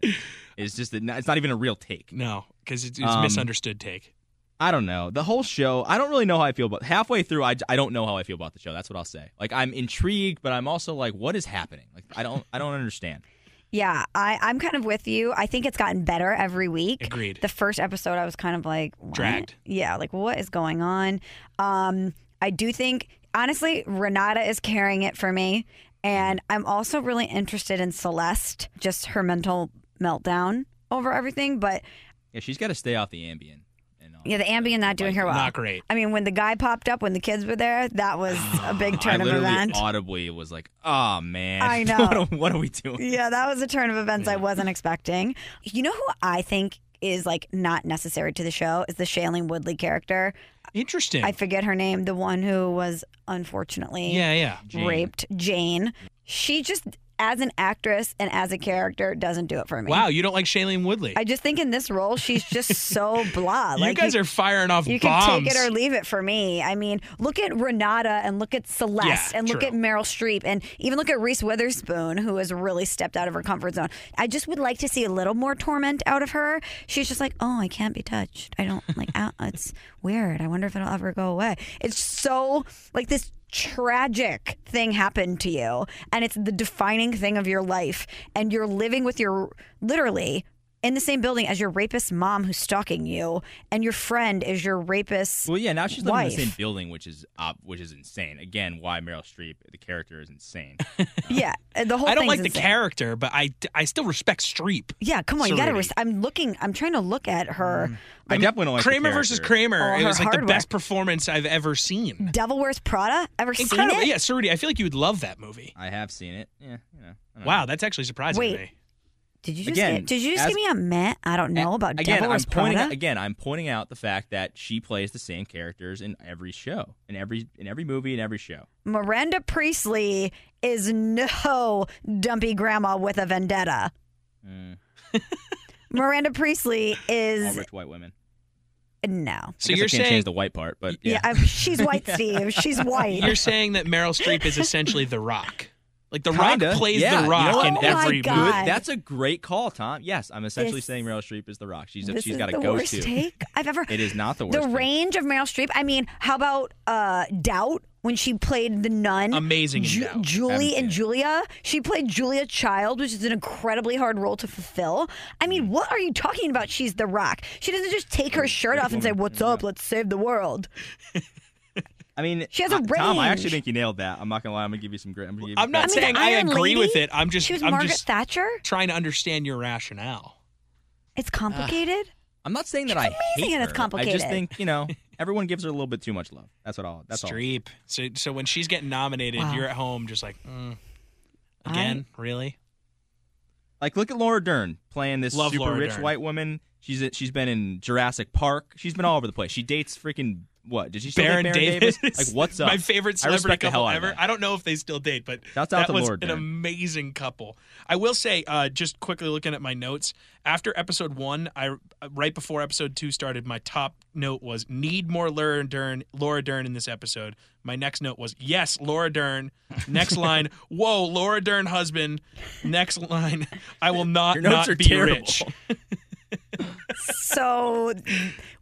E: is just it's not even a real take.
D: No, because it's, it's
E: Um,
D: misunderstood take.
E: I don't know. The whole show, I don't really know how I feel about halfway through I, I don't know how I feel about the show. That's what I'll say. Like I'm intrigued, but I'm also like what is happening? Like I don't I don't understand.
C: Yeah, I, I'm kind of with you. I think it's gotten better every week.
D: Agreed.
C: The first episode, I was kind of like what?
D: Dragged.
C: Yeah, like what is going on? Um, I do think honestly, Renata is carrying it for me, and
D: Mm-hmm.
C: I'm also really interested in Celeste, just her mental meltdown over everything. But
E: Yeah, she's got to stay off the ambient. And all.
C: yeah, the ambient not doing her well.
D: Not great.
C: I mean, when the guy popped up when the kids were there, that was a big
E: I
C: turn of
E: literally
C: event.
E: audibly was like, "Oh man,
C: I
E: what,
C: know.
E: are, what are we doing?"
C: Yeah, that was a turn of events I wasn't expecting. You know who I think is like not necessary to the show is the Shailene Woodley character.
D: Interesting.
C: I forget her name, the one who was unfortunately
D: yeah, yeah.
C: raped, Jane. She just as an actress and as a character doesn't do it for me.
D: Wow, you don't like Shailene Woodley.
C: I just think in this role she's just so blah.
D: you guys are firing off
C: you
D: bombs.
C: can take it or leave it for me. I mean, look at Renata and look at Celeste
D: Yeah,
C: and look
D: true.
C: at Meryl Streep and even look at Reese Witherspoon, who has really stepped out of her comfort zone. I just would like to see a little more torment out of her. She's just like, oh, I can't be touched. I don't like. ow, it's weird. I wonder if it'll ever go away. It's so like this. Tragic thing happened to you, and it's the defining thing of your life, and you're living with your literally in the same building as your rapist mom who's stalking you, and your friend is your rapist.
E: Well, yeah, now she's living in the
C: Wife.
E: same building, which is uh, which is insane. Again, why Meryl Streep, the character is insane.
C: yeah, the whole.
D: I don't
C: thing's
D: like the
C: insane.
D: character, but I, I still respect Streep.
C: Yeah, come on, you gotta.
D: Cerruti.
C: Res- I'm looking. I'm trying to look at her.
E: I definitely don't like the
D: Kramer versus
E: character.
D: Kramer.
C: All
D: it
C: her
D: was like the
C: hardware.
D: best performance I've ever seen.
C: Devil Wears Prada. Ever
D: Incredible.
C: seen
D: Yeah,
C: it?
D: Cerruti, I feel like you would love that movie.
E: I have seen it. Yeah, you know. I don't know.
D: Wow, that's actually surprising
C: Wait.
D: to me.
C: Did you just?
E: Again,
C: get- did you just
E: as-
C: give me a meh? I don't know about
E: again,
C: Devil
E: I'm
C: Wears
E: pointing
C: Prada.
E: Out, again, I'm pointing out the fact that she plays the same characters in every show, in every in every movie, in every show.
C: Miranda Priestley is no dumpy grandma with a vendetta.
E: Mm.
C: Miranda Priestley
E: All
C: is
E: rich white women.
C: no.
E: I
D: So
E: guess I
D: you're
E: can't
D: saying
E: change the white part, but
C: Yeah,
E: yeah,
C: I- she's white, Steve. She's white.
D: you're saying that Meryl Streep is essentially The Rock. Like The
E: Kinda,
D: Rock plays
E: yeah. You
D: The
E: know
D: Rock
E: what?
D: in
C: Oh my
D: every
C: God.
D: movie.
E: Good- That's a great call, Tom. Yes, I'm essentially
C: This-
E: saying Meryl Streep is the Rock. She's
C: this
E: she's
C: is
E: got
C: the
E: a go
C: worst
E: to.
C: take I've ever.
E: It is not the worst.
C: the
E: take.
C: range of Meryl Streep. I mean, how about uh, Doubt when she played the nun?
D: Amazing. in
C: Ju-
D: Doubt.
C: Julie
E: seen
C: and
E: it.
C: Julia. She played Julia Child, which is an incredibly hard role to fulfill. I
D: Mm.
C: mean, what are you talking about? She's the rock. She doesn't just take her shirt off and say, What's up? Let's save the world.
E: I mean,
C: She has a
E: I- Tom, I
C: range.
E: actually think you nailed that. I'm not gonna lie. I'm gonna give you some great. I'm, gonna give you
D: I'm not
E: credit.
C: the
D: saying I
C: Iron
D: agree
C: Lady,
D: with it. I'm just
C: She was
D: I'm
C: Margaret
D: just
C: Thatcher.
D: trying to understand your rationale.
C: It's complicated.
E: I'm not saying that I hate
C: amazing and it's
E: her. I
C: complicated.
E: just think you know everyone gives her a little bit too much love. That's what all. That's all.
D: Streep. So so when she's getting nominated,
C: Wow.
D: you're at home just like mm,
C: I-
D: again, really?
E: Like look at Laura Dern playing this
D: Love
E: super
D: Laura
E: rich
D: Dern.
E: white woman. She's she's been in Jurassic Park. She's been all over the place. She dates freaking what? Did she still
D: Baron
E: date Baron
D: Davis.
E: Like what's up?
D: My favorite
E: I
D: celebrity
E: respect the hell
D: couple
E: out of
D: ever.
E: that.
D: I don't know if they still date, but
E: Shouts out
D: that
E: to
D: was
E: Laura
D: an
E: Dern.
D: amazing couple. I will say, uh, just quickly looking at my notes after episode one, I right before episode two started, my top note was need more Laura Dern. Laura Dern in this episode. My next note was yes, Laura Dern. Next line, whoa, Laura Dern husband. Next line, I will not
E: Your
D: not
E: notes are
D: be
E: terrible.
D: rich.
C: So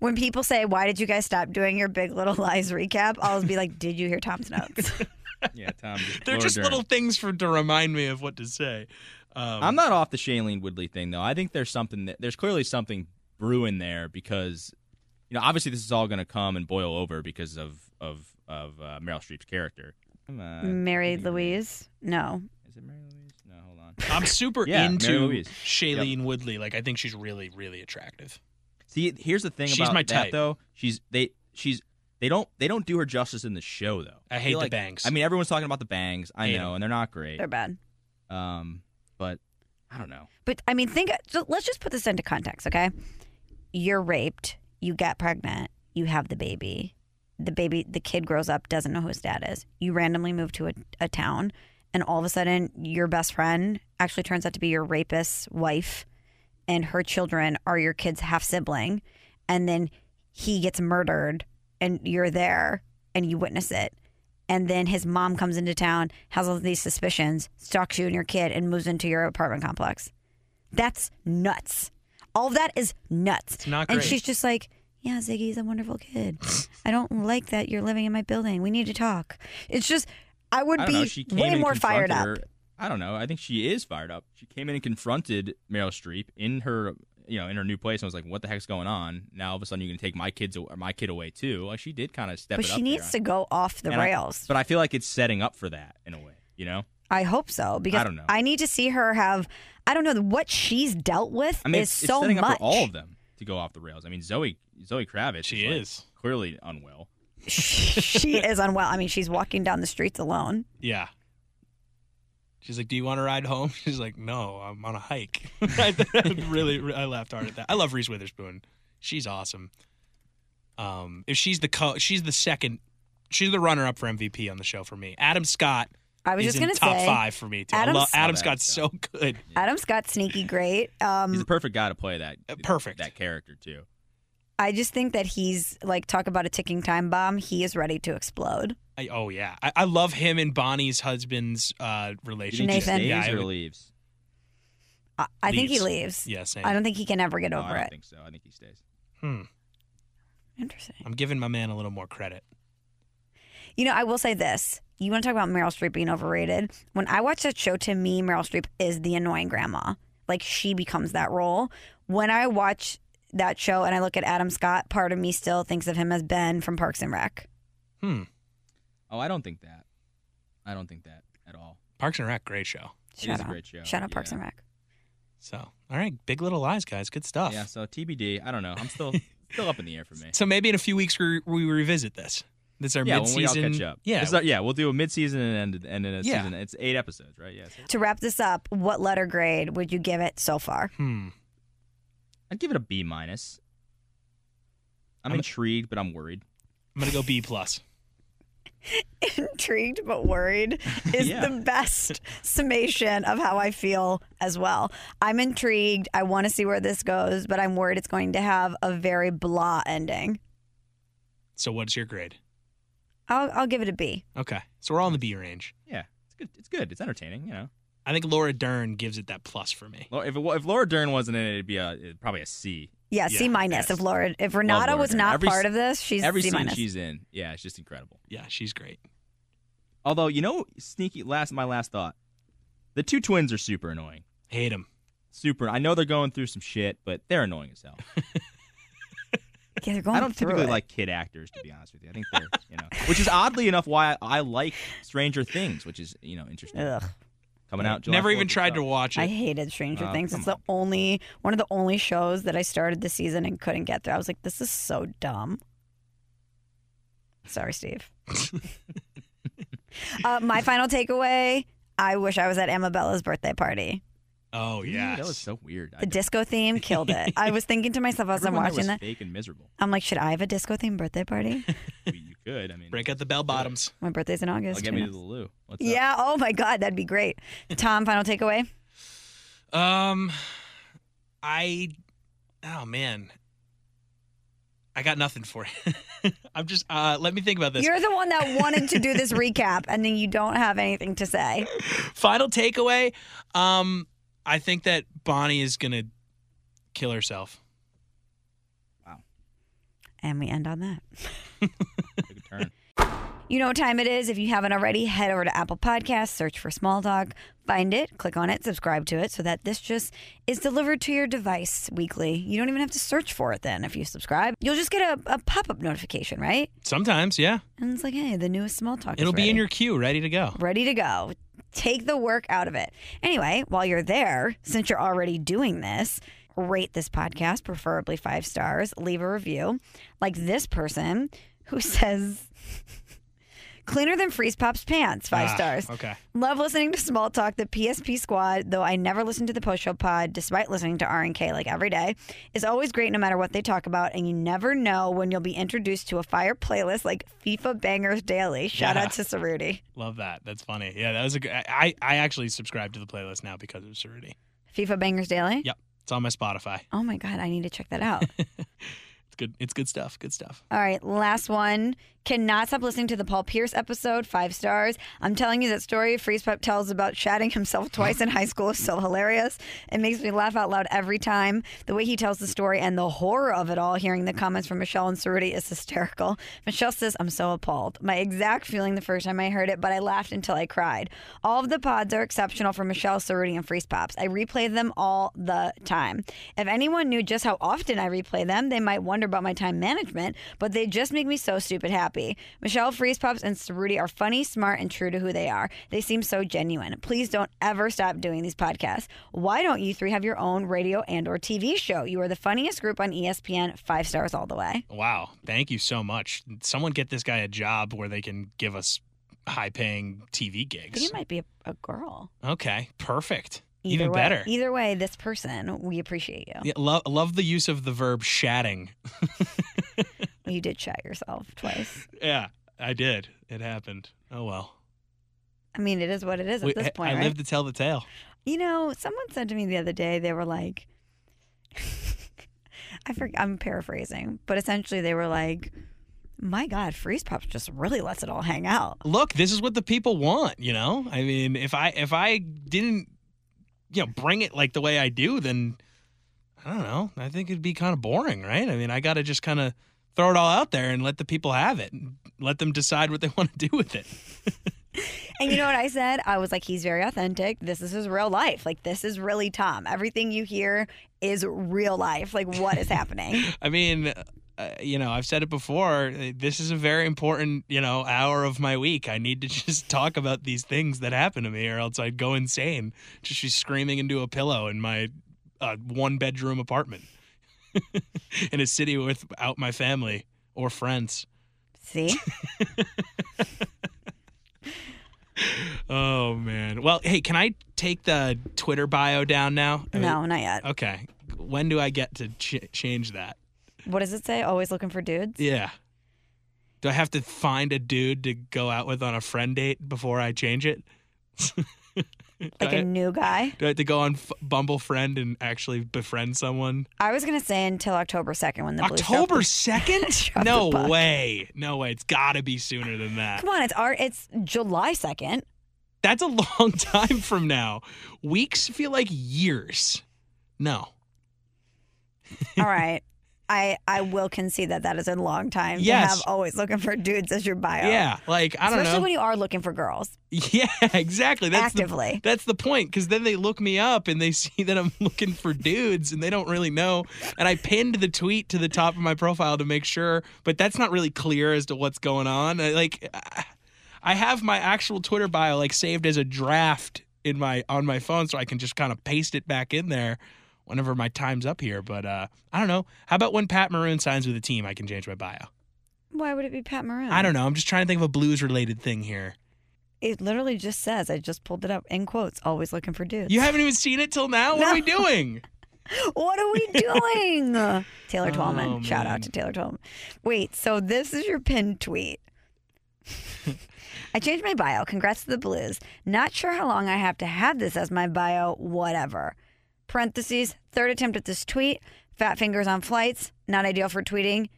C: when people say, Why did you guys stop doing your Big Little Lies recap? I'll be like, Did you hear Tom's notes?
E: Yeah, Tom.
D: They're
E: Laura
D: just
E: Dern.
D: little things for to remind me of what to say. Um,
E: I'm not off the Shailene Woodley thing though. I think there's something that there's clearly something brewing there because you know obviously this is all going to come and boil over because of of of uh, Meryl Streep's character. Come on.
C: Mary Louise? No.
E: Is it Mary Louise? No, hold on.
D: I'm super
E: Yeah, Mary
D: into
E: Louise.
D: Shailene Woodley. Like I think she's really, really attractive.
E: See, here's the thing
D: She's
E: about
D: my
E: that
D: type.
E: though. She's they she's they don't they don't do her justice in the show though.
D: I hate
E: feel
D: the
E: like-
D: bangs.
E: I mean, everyone's talking about the bangs. I
D: Hate
E: know,
D: 'em.
E: and they're not great.
C: They're bad.
E: Um, but I don't know.
C: But I mean, think. So let's just put this into context, okay? You're raped. You get pregnant. You have the baby. The baby, the kid grows up, doesn't know whose dad is. You randomly move to a, a town, and all of a sudden, your best friend actually turns out to be your rapist's wife, and her children are your kid's half sibling, and then he gets murdered, and you're there, and you witness it. And then his mom comes into town, has all these suspicions, stalks you and your kid, and moves into your apartment complex. That's nuts. All of that is nuts.
D: not
C: And
D: great.
C: she's just like, yeah, Ziggy's a wonderful kid. I don't like that you're living in my building. We need to talk. It's just, I would
E: I don't
C: be
E: know. She came
C: way
E: in
C: more
E: and
C: fired up.
E: confronted her. I don't know. I think she is fired up. She came in and confronted Meryl Streep in her, you know, in her new place, and was like, "What the heck's going on?" Now all of a sudden, you're gonna take my kids, aw- my kid away too. Like she did kind of step
C: But
E: it up.
C: she needs to go off the rails.
E: but I feel like it's setting up for that in a way. You know,
C: I hope so because I,
E: don't know.
C: need to see her have. I don't know what she's dealt with
E: I mean,
C: is
E: it's, it's
C: so
E: setting
C: much.
E: up for all of them to go off the rails. I mean, Zoe, Zoe Kravitz,
D: She
E: like,
D: is.
E: clearly unwell.
C: she is unwell. I mean, she's walking down the streets alone.
D: Yeah. She's like, "Do you want to ride home?" She's like, "No, I'm on a hike." I really, I laughed hard at that. I love Reese Witherspoon. She's awesome. Um, if she's the co- she's the second, she's the runner up for MVP on the show for me. Adam Scott.
C: I was
D: is
C: just
D: in
C: gonna
D: top
C: say
D: five for me too. I
C: Adam-
D: love Adam
E: Love Adam
D: Scott's so good.
C: Adam Scott sneaky great.
E: He's
C: Um,
E: the perfect guy to play that.
D: Uh, perfect.
E: That character too.
C: I just think that he's like talk about a ticking time bomb. He is ready to explode.
D: I, oh yeah, I, I love him and Bonnie's husband's uh,
E: Do you
D: relationship.
E: think
C: Nathan.
E: She
D: Yeah,
E: stays
D: I
E: or
D: would-
E: leaves.
C: I, I think he leaves.
D: Leaves. yeah, same.
C: I don't think he can ever get
E: No,
C: over
E: I don't
C: it.
E: think so. I think he stays.
D: Hmm.
C: Interesting.
D: I'm giving my man a little more credit.
C: You know, I will say this. You want to talk about Meryl Streep being overrated? When I watch that show, to me, Meryl Streep is the annoying grandma. Like she becomes that role. When I watch that show and I look at Adam Scott, part of me still thinks of him as Ben from Parks and Rec.
D: Hmm.
E: Oh, I don't think that. I don't think that at all.
D: Parks and Rec, great show.
E: It
C: Shout
E: is a
C: out.
E: great show,
C: Shout out Parks
E: yeah.
C: and Rec.
D: So, all right, Big Little Lies, guys, good stuff.
E: Yeah, so TBD. I don't know. I'm still still up in the air for me.
D: So maybe in a few weeks we, we revisit this. This is our
E: yeah,
D: mid-season.
E: when we all catch up.
D: Yeah,
E: It's not- yeah, we'll do a mid-season and end and then a
D: Yeah.
E: season. It's eight episodes, right? Yeah. so-
C: To wrap this up, what letter grade would you give it so far?
D: Hmm.
E: I'd give it a B minus. I'm,
D: I'm-
E: intrigued, but I'm worried.
D: I'm gonna go B plus.
C: Intrigued but worried is
E: Yeah.
C: the best summation of how I feel as well. I'm intrigued. I want to see where this goes, but I'm worried it's going to have a very blah ending.
D: So what's your grade?
C: I'll, I'll give it a B.
D: Okay, so we're all in the B range.
E: Yeah, it's good. It's good. It's entertaining. You know,
D: I think Laura Dern gives it that plus for me.
E: Lau- if it, wa- if Laura Dern wasn't in it, it'd be a it'd probably a C.
C: Yeah,
D: Yeah,
C: C minus.
D: yes.
C: If Laura, if Renata
E: Laura
C: was
E: Dern.
C: not
E: Every
C: part
E: s-
C: of this, she's
E: Every
C: C
E: scene
C: minus.
E: she's in, yeah, it's just incredible.
D: Yeah, she's great.
E: Although, you know, sneaky last my last thought, the two twins are super annoying.
D: Hate him.
E: Super. I know they're going through some shit, but they're annoying as hell.
C: Yeah, they're going
E: I don't
C: through
E: typically
C: it.
E: like kid actors, to be honest with you. I think they're, you know, which is oddly enough why I, I like Stranger Things, which is, you know, interesting.
C: Ugh,
E: Coming out. July
D: Never even
E: 4th,
D: tried to
E: so-
D: watch it.
C: I hated Stranger
E: Oh,
C: Things.
E: come
C: It's the only one of the only shows that I started this season and couldn't get through. I was like, this is so dumb. Sorry, Steve. uh, my final takeaway: I wish I was at Amabella's birthday party.
D: oh
E: Dude,
D: yeah,
E: that was so weird. I
C: The disco theme killed it. I was thinking to myself as I'm
E: everyone there was
C: watching that,
E: fake and miserable.
C: I'm like, should I have a disco themed birthday party?
E: I mean, you could. I mean,
D: break out the bell bottoms.
C: My birthday's in August.
E: I'll get
C: who
E: me to
C: knows?
E: the loo. What's up?
C: Yeah. Oh my God, that'd be great. Tom, final takeaway.
D: Um, I, oh man, I got nothing for you. I'm just uh, let me think about this.
C: You're the one that wanted to do this recap, and then you don't have anything to say.
D: Final takeaway. Um, I think that Bonnie is gonna kill herself.
C: And we end on that.
E: Take a turn.
C: You know what time it is. If you haven't already, head over to Apple Podcasts, search for Small Talk, find it, click on it, subscribe to it so that this just is delivered to your device weekly. You don't even have to search for it then if you subscribe. You'll just get a, a pop up notification, right?
D: Sometimes, yeah,
C: And it's like, hey, the newest Small Talk. is
D: it'll be in
C: ready.
D: your queue, ready to go.
C: ready to go. Take the work out of it. Anyway, while you're there, since you're already doing this, rate this podcast, preferably five stars, leave a review. Like this person who says, cleaner than Freeze Pop's pants, five
D: Ah,
C: stars.
D: Okay.
C: Love listening to Small Talk. The PSP Squad, though I never listen to the post show pod, despite listening to RNK like every day, is always great no matter what they talk about. And you never know when you'll be introduced to a fire playlist like FIFA Bangers Daily. Shout
D: Yeah.
C: out to Cerruti.
D: Love that. That's funny. Yeah, that was a good. I I actually subscribe to the playlist now because of Cerruti.
C: FIFA Bangers Daily?
D: Yep, it's on my Spotify.
C: Oh my God, I need to check that out.
D: good. It's good stuff. Good stuff.
C: All right, last one. Cannot stop listening to the Paul Pierce episode, five stars. I'm telling you, that story Freeze Pep tells about shatting himself twice in high school is so hilarious. It makes me laugh out loud every time. The way he tells the story and the horror of it all, hearing the comments from Michelle and Cerruti is hysterical. Michelle says, I'm so appalled. My exact feeling the first time I heard it, but I laughed until I cried. All of the pods are exceptional for Michelle, Cerruti, and Freeze Pops. I replay them all the time. If anyone knew just how often I replay them, they might wonder about my time management, but they just make me so stupid happy. Michelle Freeze Pops and Cerruti are funny, smart, and true to who they are. They seem so genuine. Please don't ever stop doing these podcasts. Why don't you three have your own radio and or TV show? You are the funniest group on E ESPN. Five stars all the way.
D: Wow. Thank you so much. Someone get this guy a job where they can give us high paying TV
C: I think
D: gigs.
C: it might be a, a girl.
D: Okay. Perfect.
C: Either
D: Even
C: way,
D: better.
C: Either way, this person, we appreciate you.
D: Yeah, lo- love the use of the verb shatting.
C: You did chat yourself twice.
D: Yeah, I did. It happened. Oh well.
C: I mean, it is what it is at
D: We-
C: this
D: I-
C: point,
D: I
C: right?
D: live to tell the tale.
C: You know, someone said to me the other day, they were like, I forget, I'm paraphrasing, but essentially they were like, my God, Freeze Pops just really lets it all hang out.
D: Look, this is what the people want. You know, I mean, if I if I didn't, you know, bring it like the way I do, then I don't know. I think it'd be kind of boring, right? I mean, I got to just kind of throw it all out there and let the people have it. and Let them decide what they want to do with it.
C: And you know what I said? I was like, he's very authentic. This is his real life. Like, this is really Tom. Everything you hear is real life. Like, what is happening?
D: I mean, uh, you know, I've said it before. uh, This is a very important, you know, hour of my week. I need to just talk about these things that happen to me, or else I'd go insane. Just be screaming into a pillow in my uh, one bedroom apartment in a city without my family or friends.
C: See?
D: Oh man. Well, hey, can I take the Twitter bio down now? I mean, uh,
C: No, not yet.
D: Okay. When do I get to ch- change that?
C: What does it say? Always looking for dudes?
D: Yeah. Do I have to find a dude to go out with on a friend date before I change it? do,
C: Like
D: I,
C: a new guy?
D: do I have to go on F- Bumble Friend and actually befriend someone?
C: I was going to say until October 2nd when the Blues drop
D: October
C: the-
D: second?
C: Drop the
D: no
C: puck.
D: way! No way! It's got to be sooner than that.
C: Come on, it's our, it's July 2nd.
D: That's a long time from now. Weeks feel like years. No.
C: All right. I I will concede that that is a long time
D: Yes.
C: to have always looking for dudes as your bio.
D: Yeah, like I don't
C: Especially
D: know.
C: when you are looking for girls
D: yeah, exactly. That's the
C: actively.
D: That's the point, because then they look me up and they see that I'm looking for dudes and they don't really know. And I pinned the tweet to the top of my profile to make sure, but that's not really clear as to what's going on. I, like, I- I have my actual Twitter bio like saved as a draft in my on my phone, so I can just kind of paste it back in there whenever my time's up here. But uh, I don't know. How about when Pat Maroon signs with a team, I can change my bio.
C: Why would it be Pat Maroon?
D: I don't know. I'm just trying to think of a blues related thing here.
C: It literally just says I just pulled it up in quotes. Always looking for dudes.
D: You haven't even seen it till now. What are we doing?
C: What are we doing? Taylor Twellman.
D: Oh,
C: Shout
D: man.
C: out to Taylor Twellman. Wait, so this is your pinned tweet. I changed my bio. Congrats to the Blues. Not sure how long I have to have this as my bio, whatever. Parentheses, third attempt at this tweet. Fat fingers on flights. Not ideal for tweeting.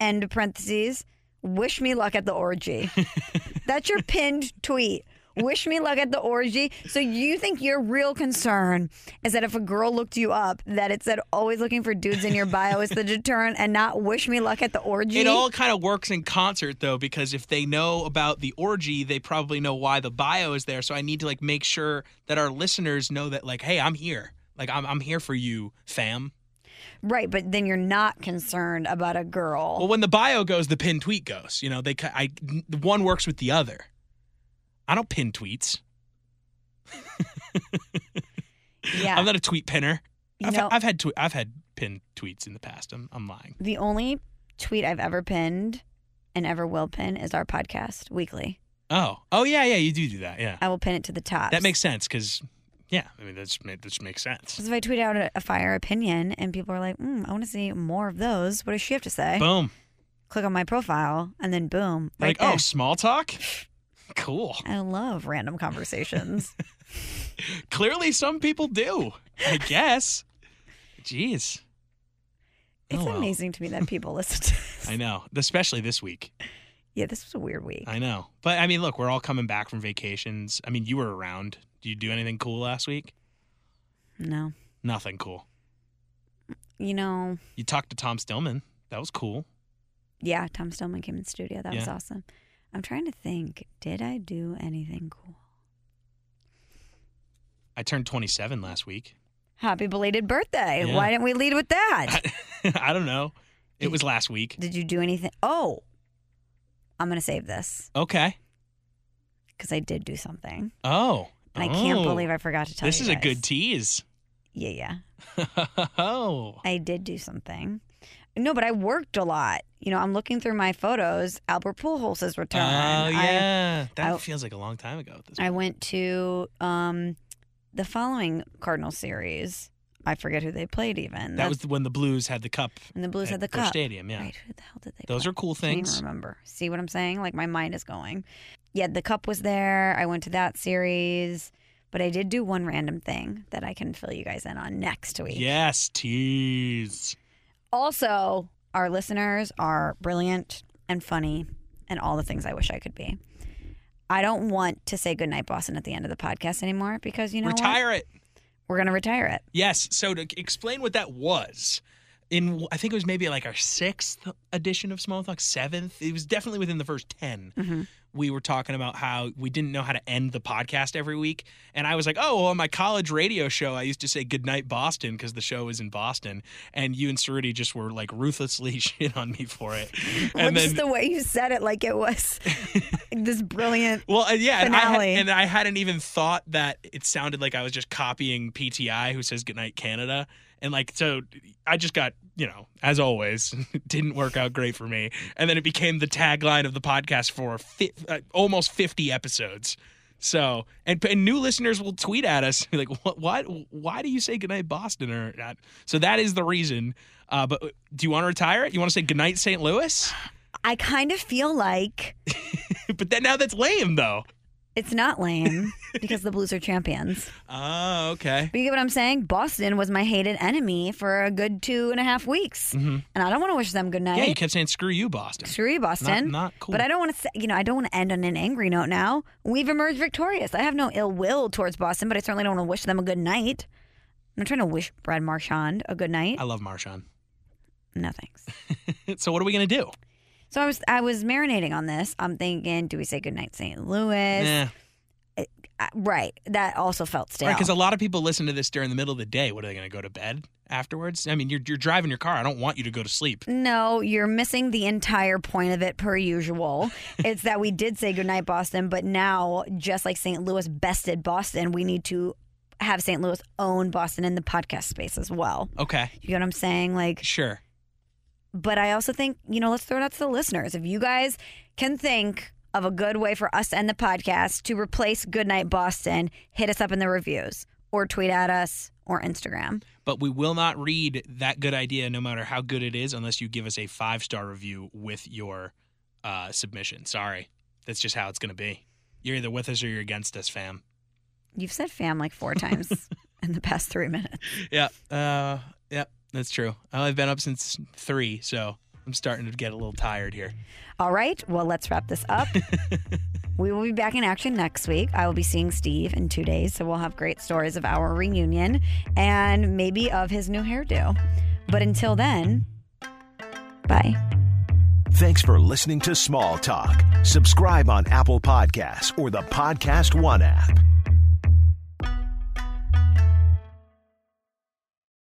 C: End parentheses. Wish me luck at the orgy. That's your pinned tweet. Wish me luck at the orgy. So you think your real concern is that if a girl looked you up, that it said always looking for dudes in your bio is the deterrent and not wish me luck at the orgy?
D: It all kind of works in concert though, because if they know about the orgy, they probably know why the bio is there. So I need to like make sure that our listeners know that like, hey, I'm here. Like I'm I'm here for you, fam.
C: Right, but then you're not concerned about a girl.
D: Well, when the bio goes, the pin tweet goes. You know, they ki- I the one works with the other. I don't pin tweets.
C: yeah.
D: I'm not a tweet pinner.
C: you
D: I've,
C: know,
D: I've had twe- I've had pin tweets in the past. I'm I'm lying.
C: the only tweet I've ever pinned and ever will pin is our podcast weekly.
D: Oh oh yeah yeah you do do that yeah.
C: I will pin it to the top.
D: That makes sense because yeah I mean that's that just makes sense.
C: Because if I tweet out a, a fire opinion and people are like, mm, I want to see more of those, what does she have to say?
D: Boom.
C: Click on my profile and then boom, right
D: like
C: there.
D: oh small talk. Cool.
C: I love random conversations.
D: Clearly, some people do. I guess. Jeez.
C: It's
D: Oh, well.
C: amazing to me that people listen to this.
D: I know, especially this week.
C: Yeah, this was a weird week.
D: I know, but I mean, look, we're all coming back from vacations. I mean, you were around. Did you do anything cool last week?
C: no.
D: Nothing cool.
C: You know,
D: You talked to Tom Stillman. That was cool.
C: yeah, Tom Stillman came in the studio. That was
D: Yeah.
C: awesome. I'm trying to think, did I do anything cool?
D: I turned 27 last week.
C: Happy belated birthday.
D: Yeah.
C: Why didn't we lead with that?
D: I, I don't know. It was last week.
C: Did you do anything? Oh, I'm going to save this
D: Okay.
C: because I did do something.
D: Oh.
C: And I can't
D: Oh.
C: believe I forgot to tell
D: This
C: you.
D: is a
C: guys.
D: good tease.
C: Yeah, yeah.
D: oh.
C: I did do something. No, but I worked a lot. You know, I'm looking through my photos. Albert Pujols' return.
D: Oh yeah, that
C: I-
D: feels like a long time ago. At this
C: I, I went to um, the following Cardinal series. I forget who they played even.
D: that
C: That's-
D: was when the Blues had the cup.
C: and the Blues had
D: at
C: the
D: their
C: cup.
D: stadium, yeah.
C: Right. Who the hell did they?
D: Those
C: play?
D: are cool
C: Can't even
D: things.
C: remember. See what I'm saying? Like my mind is going. Yeah, the cup was there. I went to that series, but I did do one random thing that I can fill you guys in on next week.
D: Yes, tease.
C: Also, our listeners are brilliant and funny and all the things I wish I could be. I don't want to say goodnight, Boston, at the end of the podcast anymore because you know what?
D: Retire it.
C: We're gonna retire it.
D: Yes. So to explain what that was, in I think it was maybe like our sixth edition of Small Talk, seventh. It was definitely within the first 10
C: Mm-hmm.
D: We were talking about how we didn't know how to end the podcast every week, and I was like, "Oh, well, on my college radio show, I used to say goodnight Boston because the show was in Boston." And you and Cerruti just were like ruthlessly shit on me for it, and
C: Which is
D: then.
C: the way you said it, like it was this brilliant.
D: well, and yeah, and I, had,
C: finale.
D: and I hadn't even thought that it sounded like I was just copying PTI, who says "Goodnight Canada," and like so, I just got you know, as always, didn't work out great for me. And then it became the tagline of the podcast for fi- uh, almost fifty episodes. So, and, and new listeners will tweet at us like, "What? What? Why do you say goodnight, Boston?" Or not? so that is the reason. Uh, but do you want to retire it? You want to say goodnight, St. Louis?
C: I kind of feel like
D: but then now that's lame, though.
C: it's not lame because the Blues are champions.
D: Oh, okay.
C: But you get what I'm saying? Boston was my hated enemy for a good two and a half weeks, and I don't want to wish them good night.
D: Mm-hmm. Yeah, you kept saying "screw you, Boston."
C: Screw you, Boston.
D: Not- not cool.
C: But I don't want to, say, you know, I don't want to end on an angry note. Now we've emerged victorious. I have no ill will towards Boston, but I certainly don't want to wish them a good night. I'm not trying to wish Brad Marchand a good night.
D: I love Marshawn.
C: No thanks.
D: so what are we gonna do?
C: So I was, I was marinating on this. I'm thinking, do we say good night, St. Louis?
D: Yeah,
C: Uh, right. That also felt stale.
D: because a lot of people listen to this during the middle of the day. What are they gonna go to bed afterwards? I mean, you're you're driving your car. I don't want you to go to
C: Mm-hmm.
D: sleep.
C: No, you're missing the entire point of it per usual. it's that we did say goodnight, Boston, but now, just like St. Louis bested Boston, we need to have St. Louis own Boston in the podcast space as well.
D: Okay,
C: You get what I'm saying? Like,
D: sure.
C: but I also think, you know, let's throw it out to the listeners. If you guys can think of a good way for us to end the podcast to replace Goodnight Boston, hit us up in the reviews or tweet at us or Instagram.
D: But we will not read that good idea, no matter how good it is, unless you give us a five star review with your uh, submission. Sorry, that's just how it's gonna be. You're either with us or you're against us, fam.
C: You've said fam like four times in the past three minutes.
D: Yeah, uh, yeah, that's true. I've been up since three, so I'm starting to get a little tired here.
C: All right, well, let's wrap this up. we will be back in action next week. I will be seeing Steve in two days, so we'll have great stories of our reunion and maybe of his new hairdo. But until then, bye.
A: Thanks for listening to Small Talk. Subscribe on Apple Podcasts or the Podcast One app.